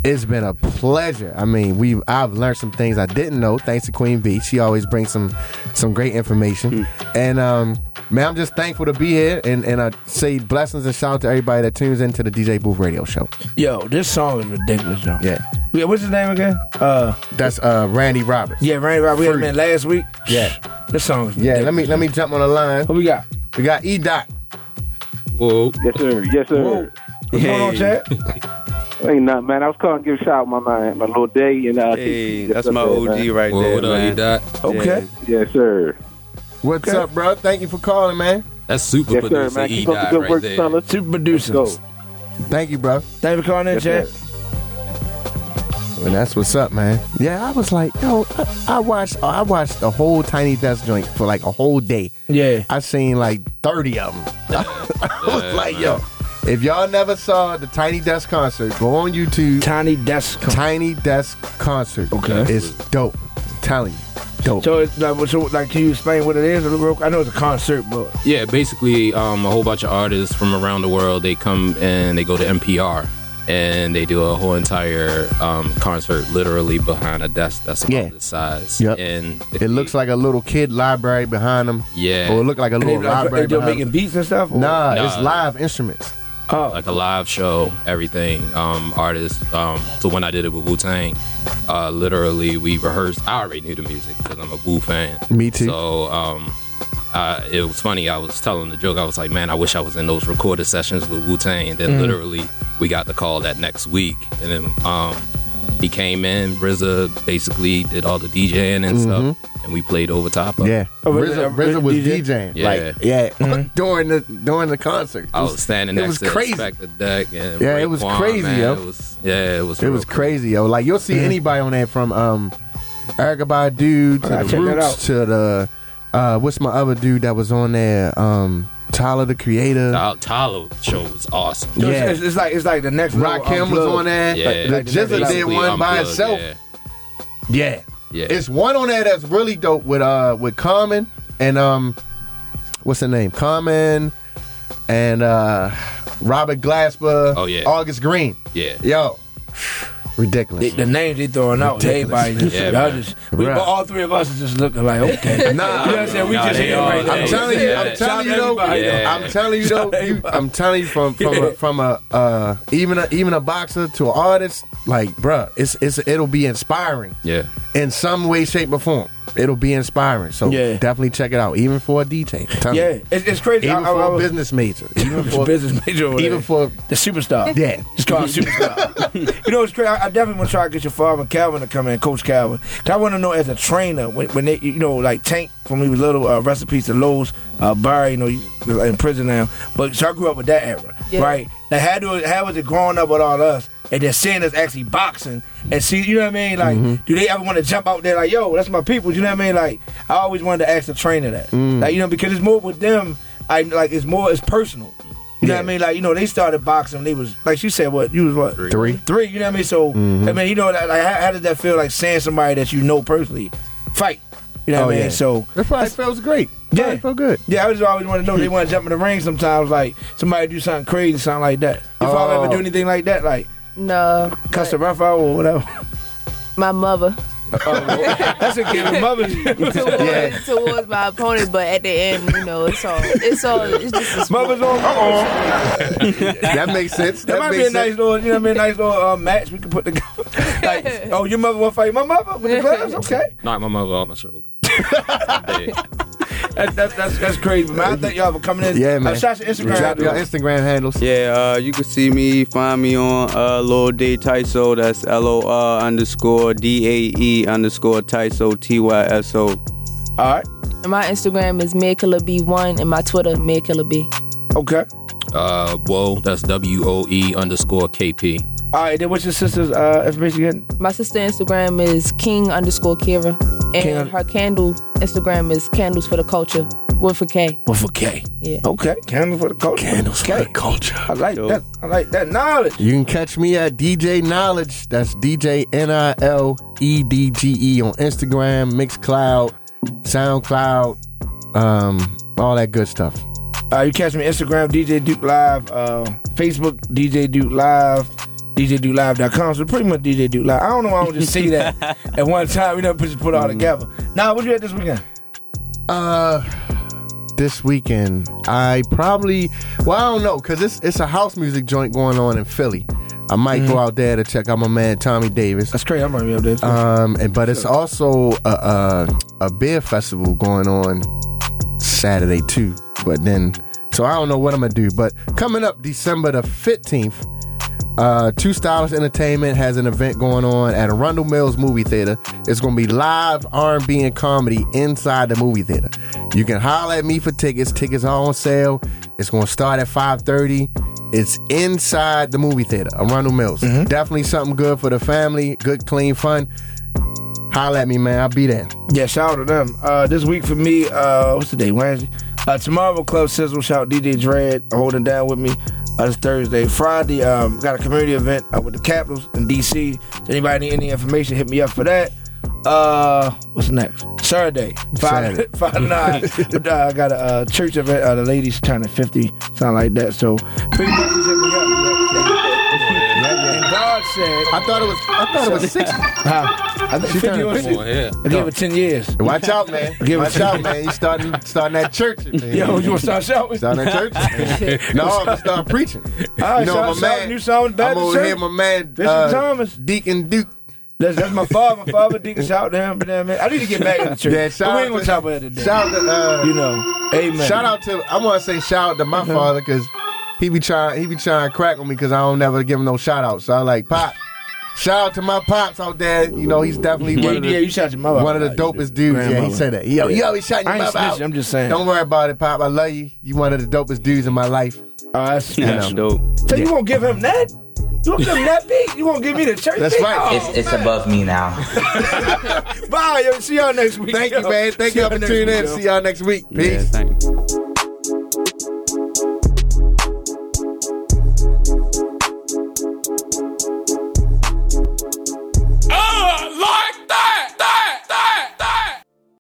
[SPEAKER 3] It's been a pleasure. I mean, we I've learned some things I didn't know thanks to Queen B. She always brings some some great information.
[SPEAKER 4] Hmm.
[SPEAKER 3] And um, man, I'm just thankful to be here and and I say blessings and shout out to everybody that tunes into the DJ Booth Radio Show.
[SPEAKER 4] Yo, this song is ridiculous, yo.
[SPEAKER 3] Yeah.
[SPEAKER 4] Yeah, what's his name again? Uh,
[SPEAKER 3] that's uh Randy Roberts.
[SPEAKER 4] Yeah, Randy Roberts. We had him in last week.
[SPEAKER 3] Yeah.
[SPEAKER 4] This song.
[SPEAKER 3] Yeah, let me let me jump on the line. What
[SPEAKER 4] we got?
[SPEAKER 3] We got E Dot.
[SPEAKER 8] Whoa.
[SPEAKER 20] Yes, sir. Yes, sir.
[SPEAKER 4] What's going on, Chad?
[SPEAKER 20] Ain't nothing, man. I was calling to give a shout out my man, my little day and uh,
[SPEAKER 16] Hey,
[SPEAKER 20] Kiki.
[SPEAKER 16] that's my
[SPEAKER 20] up there,
[SPEAKER 16] OG
[SPEAKER 20] man.
[SPEAKER 16] right there. man.
[SPEAKER 20] Okay. Yes, sir.
[SPEAKER 3] What's up, bro? Thank you for calling, man.
[SPEAKER 8] That's super
[SPEAKER 20] Yes, sir,
[SPEAKER 8] producer
[SPEAKER 20] man.
[SPEAKER 8] E
[SPEAKER 20] Keep up the
[SPEAKER 8] Dot
[SPEAKER 20] good
[SPEAKER 8] right
[SPEAKER 20] work,
[SPEAKER 8] there.
[SPEAKER 20] fellas.
[SPEAKER 4] Super producers.
[SPEAKER 3] Thank you, bro.
[SPEAKER 4] Thank you for calling in,
[SPEAKER 3] Yes,
[SPEAKER 4] Chad.
[SPEAKER 3] And that's what's up, man. Yeah, I was like, yo, I, I watched, I watched the whole Tiny Desk joint for like a whole day.
[SPEAKER 4] Yeah,
[SPEAKER 3] I seen like thirty of them. I was like, yo, if y'all never saw the Tiny Desk concert, go on YouTube.
[SPEAKER 4] Tiny Desk.
[SPEAKER 3] Tiny Desk concert.
[SPEAKER 4] Okay.
[SPEAKER 3] it's dope. I'm telling you, dope.
[SPEAKER 4] So, it's like, so, like, can you explain what it is? I know it's a concert, but
[SPEAKER 8] Yeah, basically, um, a whole bunch of artists from around the world they come and they go to NPR and they do a whole entire um, concert literally behind a desk that's about
[SPEAKER 3] Yeah.
[SPEAKER 8] the size.
[SPEAKER 3] Yep.
[SPEAKER 8] And
[SPEAKER 3] It looks like a little kid library behind them.
[SPEAKER 8] Yeah.
[SPEAKER 3] Or it looked like a
[SPEAKER 4] And they
[SPEAKER 3] little
[SPEAKER 4] like-
[SPEAKER 3] library.
[SPEAKER 4] they do
[SPEAKER 3] behind
[SPEAKER 4] making beats and stuff. or-
[SPEAKER 3] Nah, it's
[SPEAKER 8] Nah.
[SPEAKER 3] live instruments. Oh.
[SPEAKER 8] like a live show, everything, um, artists. Um, so when I did it with Wu Tang, uh, literally we rehearsed. I already knew the music because I'm a Wu fan.
[SPEAKER 3] Me too.
[SPEAKER 8] So um, uh, it was funny. I was telling the joke. I was like, man, I wish I was in those recorded sessions with Wu Tang. And then
[SPEAKER 2] Mm.
[SPEAKER 8] literally we got the call that next week, and then um, he came in. RZA basically did all the DJing and
[SPEAKER 3] Mhm.
[SPEAKER 8] stuff, and we played over top of. it.
[SPEAKER 3] Yeah, RZA, RZA was
[SPEAKER 8] DJ?
[SPEAKER 3] DJing.
[SPEAKER 8] Yeah.
[SPEAKER 3] Like, yeah, during the during the concert.
[SPEAKER 8] I was standing
[SPEAKER 3] It
[SPEAKER 8] next
[SPEAKER 3] was
[SPEAKER 8] to
[SPEAKER 3] crazy.
[SPEAKER 8] Inspector Deck and
[SPEAKER 3] Yeah, it was
[SPEAKER 8] Raekwon,
[SPEAKER 3] crazy,
[SPEAKER 8] man.
[SPEAKER 3] yo.
[SPEAKER 8] It was, yeah, it was.
[SPEAKER 3] It was crazy, yo. Like you'll see anybody on there from um, Erica Badu to
[SPEAKER 8] I gotta
[SPEAKER 3] the
[SPEAKER 8] check that
[SPEAKER 3] Roots to the uh, what's my other dude that was on there? Um, Tyler the Creator.
[SPEAKER 8] The Tyler show was awesome.
[SPEAKER 4] So it's-
[SPEAKER 3] Yeah.
[SPEAKER 4] it's, it's like it's like the next. level
[SPEAKER 3] Rakim was
[SPEAKER 4] unplugged.
[SPEAKER 3] on there.
[SPEAKER 8] Yeah.
[SPEAKER 3] Like, the Jizza did
[SPEAKER 8] Basically
[SPEAKER 3] one by
[SPEAKER 8] unplugged,
[SPEAKER 3] itself.
[SPEAKER 8] yeah.
[SPEAKER 3] Yeah.
[SPEAKER 8] Yeah.
[SPEAKER 3] It's one on there that's really dope with uh with Common and um what's the name? Common and uh Robert Glasper.
[SPEAKER 8] Oh, yeah.
[SPEAKER 3] August Green.
[SPEAKER 8] Yeah.
[SPEAKER 3] Yo. Ridiculous.
[SPEAKER 4] The, the names they throwing out,
[SPEAKER 3] Ridiculous.
[SPEAKER 4] everybody just,
[SPEAKER 3] Yeah,
[SPEAKER 4] y'all
[SPEAKER 3] man.
[SPEAKER 4] just we,
[SPEAKER 3] Right.
[SPEAKER 4] but all three of us is just looking like
[SPEAKER 3] Nah,
[SPEAKER 4] okay. you know what I'm saying? We just here right now.
[SPEAKER 3] I'm telling you, I'm telling you though, I'm telling you though, you- I'm telling you from from a, from a uh, even a, even a boxer to an artist, like bruh, it's it's it'll be inspiring.
[SPEAKER 8] Yeah.
[SPEAKER 3] in some way, shape, or form. It'll be inspiring. So
[SPEAKER 4] Yeah.
[SPEAKER 3] definitely check it out, even for a DJ. I'm telling you.
[SPEAKER 4] Yeah, it's, it's crazy.
[SPEAKER 3] Even
[SPEAKER 4] I, I,
[SPEAKER 3] for
[SPEAKER 4] I
[SPEAKER 3] a
[SPEAKER 4] was-
[SPEAKER 3] business major. Even
[SPEAKER 4] It's
[SPEAKER 3] for
[SPEAKER 4] business major. Over
[SPEAKER 3] even
[SPEAKER 4] there.
[SPEAKER 3] for
[SPEAKER 4] the superstar.
[SPEAKER 3] Yeah.
[SPEAKER 4] it's called superstar. you know, it's crazy. I, I definitely want to try to get your father Calvin to come in, Coach Calvin. 'Cause I want to know as a trainer when, when they, you know, like Tank when we was little, uh, recipes to Lowe's, uh, Barry, you know, he's in prison now. But so I grew up with that era,
[SPEAKER 2] Yeah.
[SPEAKER 4] right? Like how do how was it growing up with all us? And then seeing us actually boxing and see, you know what I mean? Like, do they ever want to jump out there like, yo, that's my people? You know what I mean? Like, I always wanted to ask the trainer that,
[SPEAKER 3] Mm.
[SPEAKER 4] like, you know, because it's more with them. I like it's more it's personal. You know what I mean? Like you know, they started boxing. when They was like she said, what you was what
[SPEAKER 3] Three.
[SPEAKER 4] three. You know what I mean? So I mean, you know, like how, how does that feel? Like seeing somebody that you know personally fight. You
[SPEAKER 3] Oh,
[SPEAKER 4] know what I mean? So
[SPEAKER 3] that probably feels great. Yeah, it felt good.
[SPEAKER 4] yeah, I just always want to know they want to jump in the ring sometimes. Like somebody do something crazy, something like that. If I
[SPEAKER 7] Oh.
[SPEAKER 4] ever do anything like that, like
[SPEAKER 7] No,
[SPEAKER 4] cuss the rough out or whatever.
[SPEAKER 7] my mother.
[SPEAKER 4] That's a given. Mother.
[SPEAKER 7] towards, towards my opponent, but at the end, you know, it's all, it's all, it's just.
[SPEAKER 4] Mother's on. Uh-uh.
[SPEAKER 3] that makes sense.
[SPEAKER 4] That, might be a
[SPEAKER 3] makes
[SPEAKER 4] nice little, you know, what I mean, nice little uh, match we could put together. like, oh, your mother want to fight my mother with the gloves? Okay,
[SPEAKER 8] Knocked my mother off my shoulder.
[SPEAKER 4] that's that's that's, that's crazy, man. I think y'all for coming in.
[SPEAKER 16] Yeah, man.
[SPEAKER 4] Uh, shout out to Instagram.
[SPEAKER 16] Drop your
[SPEAKER 3] Instagram handles.
[SPEAKER 16] Yeah, uh, you can see me, find me on uh, Lord Day Tyso. That's L O R underscore D A E underscore Tyso, T Y S O.
[SPEAKER 4] All right.
[SPEAKER 7] And my Instagram is B one and my Twitter B.
[SPEAKER 4] Okay.
[SPEAKER 8] Uh, whoa, that's W O E underscore K P.
[SPEAKER 4] All right, then what's your sister's uh, information again?
[SPEAKER 7] My sister Instagram is King underscore Kira, and
[SPEAKER 4] King-
[SPEAKER 7] her candle Instagram is Candles for the Culture. With a K.
[SPEAKER 4] With a K.
[SPEAKER 7] Yeah.
[SPEAKER 4] Okay. Candles for the culture. Candles for the
[SPEAKER 3] culture.
[SPEAKER 4] I like that. I like that knowledge.
[SPEAKER 3] You can catch me at DJ Knowledge. That's DJ N I L E D G E on Instagram, Mixcloud, SoundCloud, um, all that good stuff.
[SPEAKER 4] Uh, you catch me on Instagram, DJ Duke Live, uh, Facebook, DJ Duke Live, DJDukeLive.com. So pretty much DJ Duke Live. I don't know why I don't just say that at one time. We never put, put it all together. Now, what you at this weekend?
[SPEAKER 3] Uh, this weekend, I probably well, I don't know, cause it's it's a house music joint going on in Philly. I might go out there to check out my man Tommy Davis. That's
[SPEAKER 4] Mm. crazy. I might be up there.
[SPEAKER 3] Um, and, but it's also a, a a beer festival going on Saturday too. But then, so I don't know what I'm gonna do. But coming up December the fifteenth, uh, Two Stylish Entertainment has an event going on at Arundel Mills Movie Theater. It's going to be live R&B and comedy inside the movie theater. You can holler at me for tickets. Tickets are on sale. It's going to start at 5.30. It's inside the movie theater, Arundel Mills. Definitely something good for the family. Good, clean fun. Holler at me, man. I'll be there.
[SPEAKER 4] Yeah, shout out to them. Uh, this week for me, uh, what's the day? Wednesday. Uh, tomorrow, Club Sizzle. Shout out DJ Dread holding down with me. Uh, it's Thursday. Friday, um, got a community event uh, with the Capitals in DC. If anybody need any information, hit me up for that. Uh, what's next? Saturday, five,
[SPEAKER 3] Saturday.
[SPEAKER 4] five nine. uh, I got a uh, church event. Uh, the ladies turning fifty, something like that. So, God said.
[SPEAKER 3] I thought it was. I thought it was six.
[SPEAKER 4] Huh? I think
[SPEAKER 3] She
[SPEAKER 4] 50
[SPEAKER 3] turned
[SPEAKER 4] or
[SPEAKER 3] 50.
[SPEAKER 4] 60. I give it ten years.
[SPEAKER 3] Watch out, man.
[SPEAKER 4] Give it
[SPEAKER 3] Watch
[SPEAKER 4] 10
[SPEAKER 3] out, man. You starting starting that church. man.
[SPEAKER 4] Yo, you wanna start shouting?
[SPEAKER 3] Starting that church? no, I'm gonna start preaching.
[SPEAKER 4] All right, shout- shout new song,
[SPEAKER 3] I'm
[SPEAKER 4] Baptist
[SPEAKER 3] over
[SPEAKER 4] Church.
[SPEAKER 3] here, my man.
[SPEAKER 4] Bishop
[SPEAKER 3] uh,
[SPEAKER 4] Thomas.
[SPEAKER 3] Deacon Duke.
[SPEAKER 4] That's, that's my father. My father, Deacon, shout out to him. Man. I need to get back in the church.
[SPEAKER 3] Yeah, shout
[SPEAKER 4] but we
[SPEAKER 3] out
[SPEAKER 4] ain't going
[SPEAKER 3] to-
[SPEAKER 4] to talk about it today.
[SPEAKER 3] Shout out to, uh,
[SPEAKER 4] you know, amen. Uh-huh.
[SPEAKER 3] Shout out to I want to say shout out to my father because he be trying he be trying to crack on me because I don't never give him no shout out. So I like pop. Shout out to my pops out there. You know he's definitely
[SPEAKER 4] Yeah,
[SPEAKER 3] one of the,
[SPEAKER 4] yeah, you shout your mother out.
[SPEAKER 3] one of the dopest dudes. Yeah, he
[SPEAKER 4] Grandmother.
[SPEAKER 3] said that. Yo,
[SPEAKER 4] Yeah.
[SPEAKER 3] yo, he shouting
[SPEAKER 4] I
[SPEAKER 3] your
[SPEAKER 4] ain't
[SPEAKER 3] mother out.
[SPEAKER 4] snitching, I'm just saying.
[SPEAKER 3] Don't worry about it, pop. I love you. You one of the dopest dudes in my life. Oh,
[SPEAKER 4] that's,
[SPEAKER 16] that's dope.
[SPEAKER 4] So you won't give him that? You won't give him that big? You won't give me the church
[SPEAKER 3] That's
[SPEAKER 4] big?
[SPEAKER 3] right.
[SPEAKER 4] Oh,
[SPEAKER 3] It's-
[SPEAKER 2] It's above me now.
[SPEAKER 4] Bye. Yo, see y'all next week.
[SPEAKER 3] Thank you, man. Thank y'all for tuning in. See y'all next week. Peace.
[SPEAKER 16] Yeah, thank you.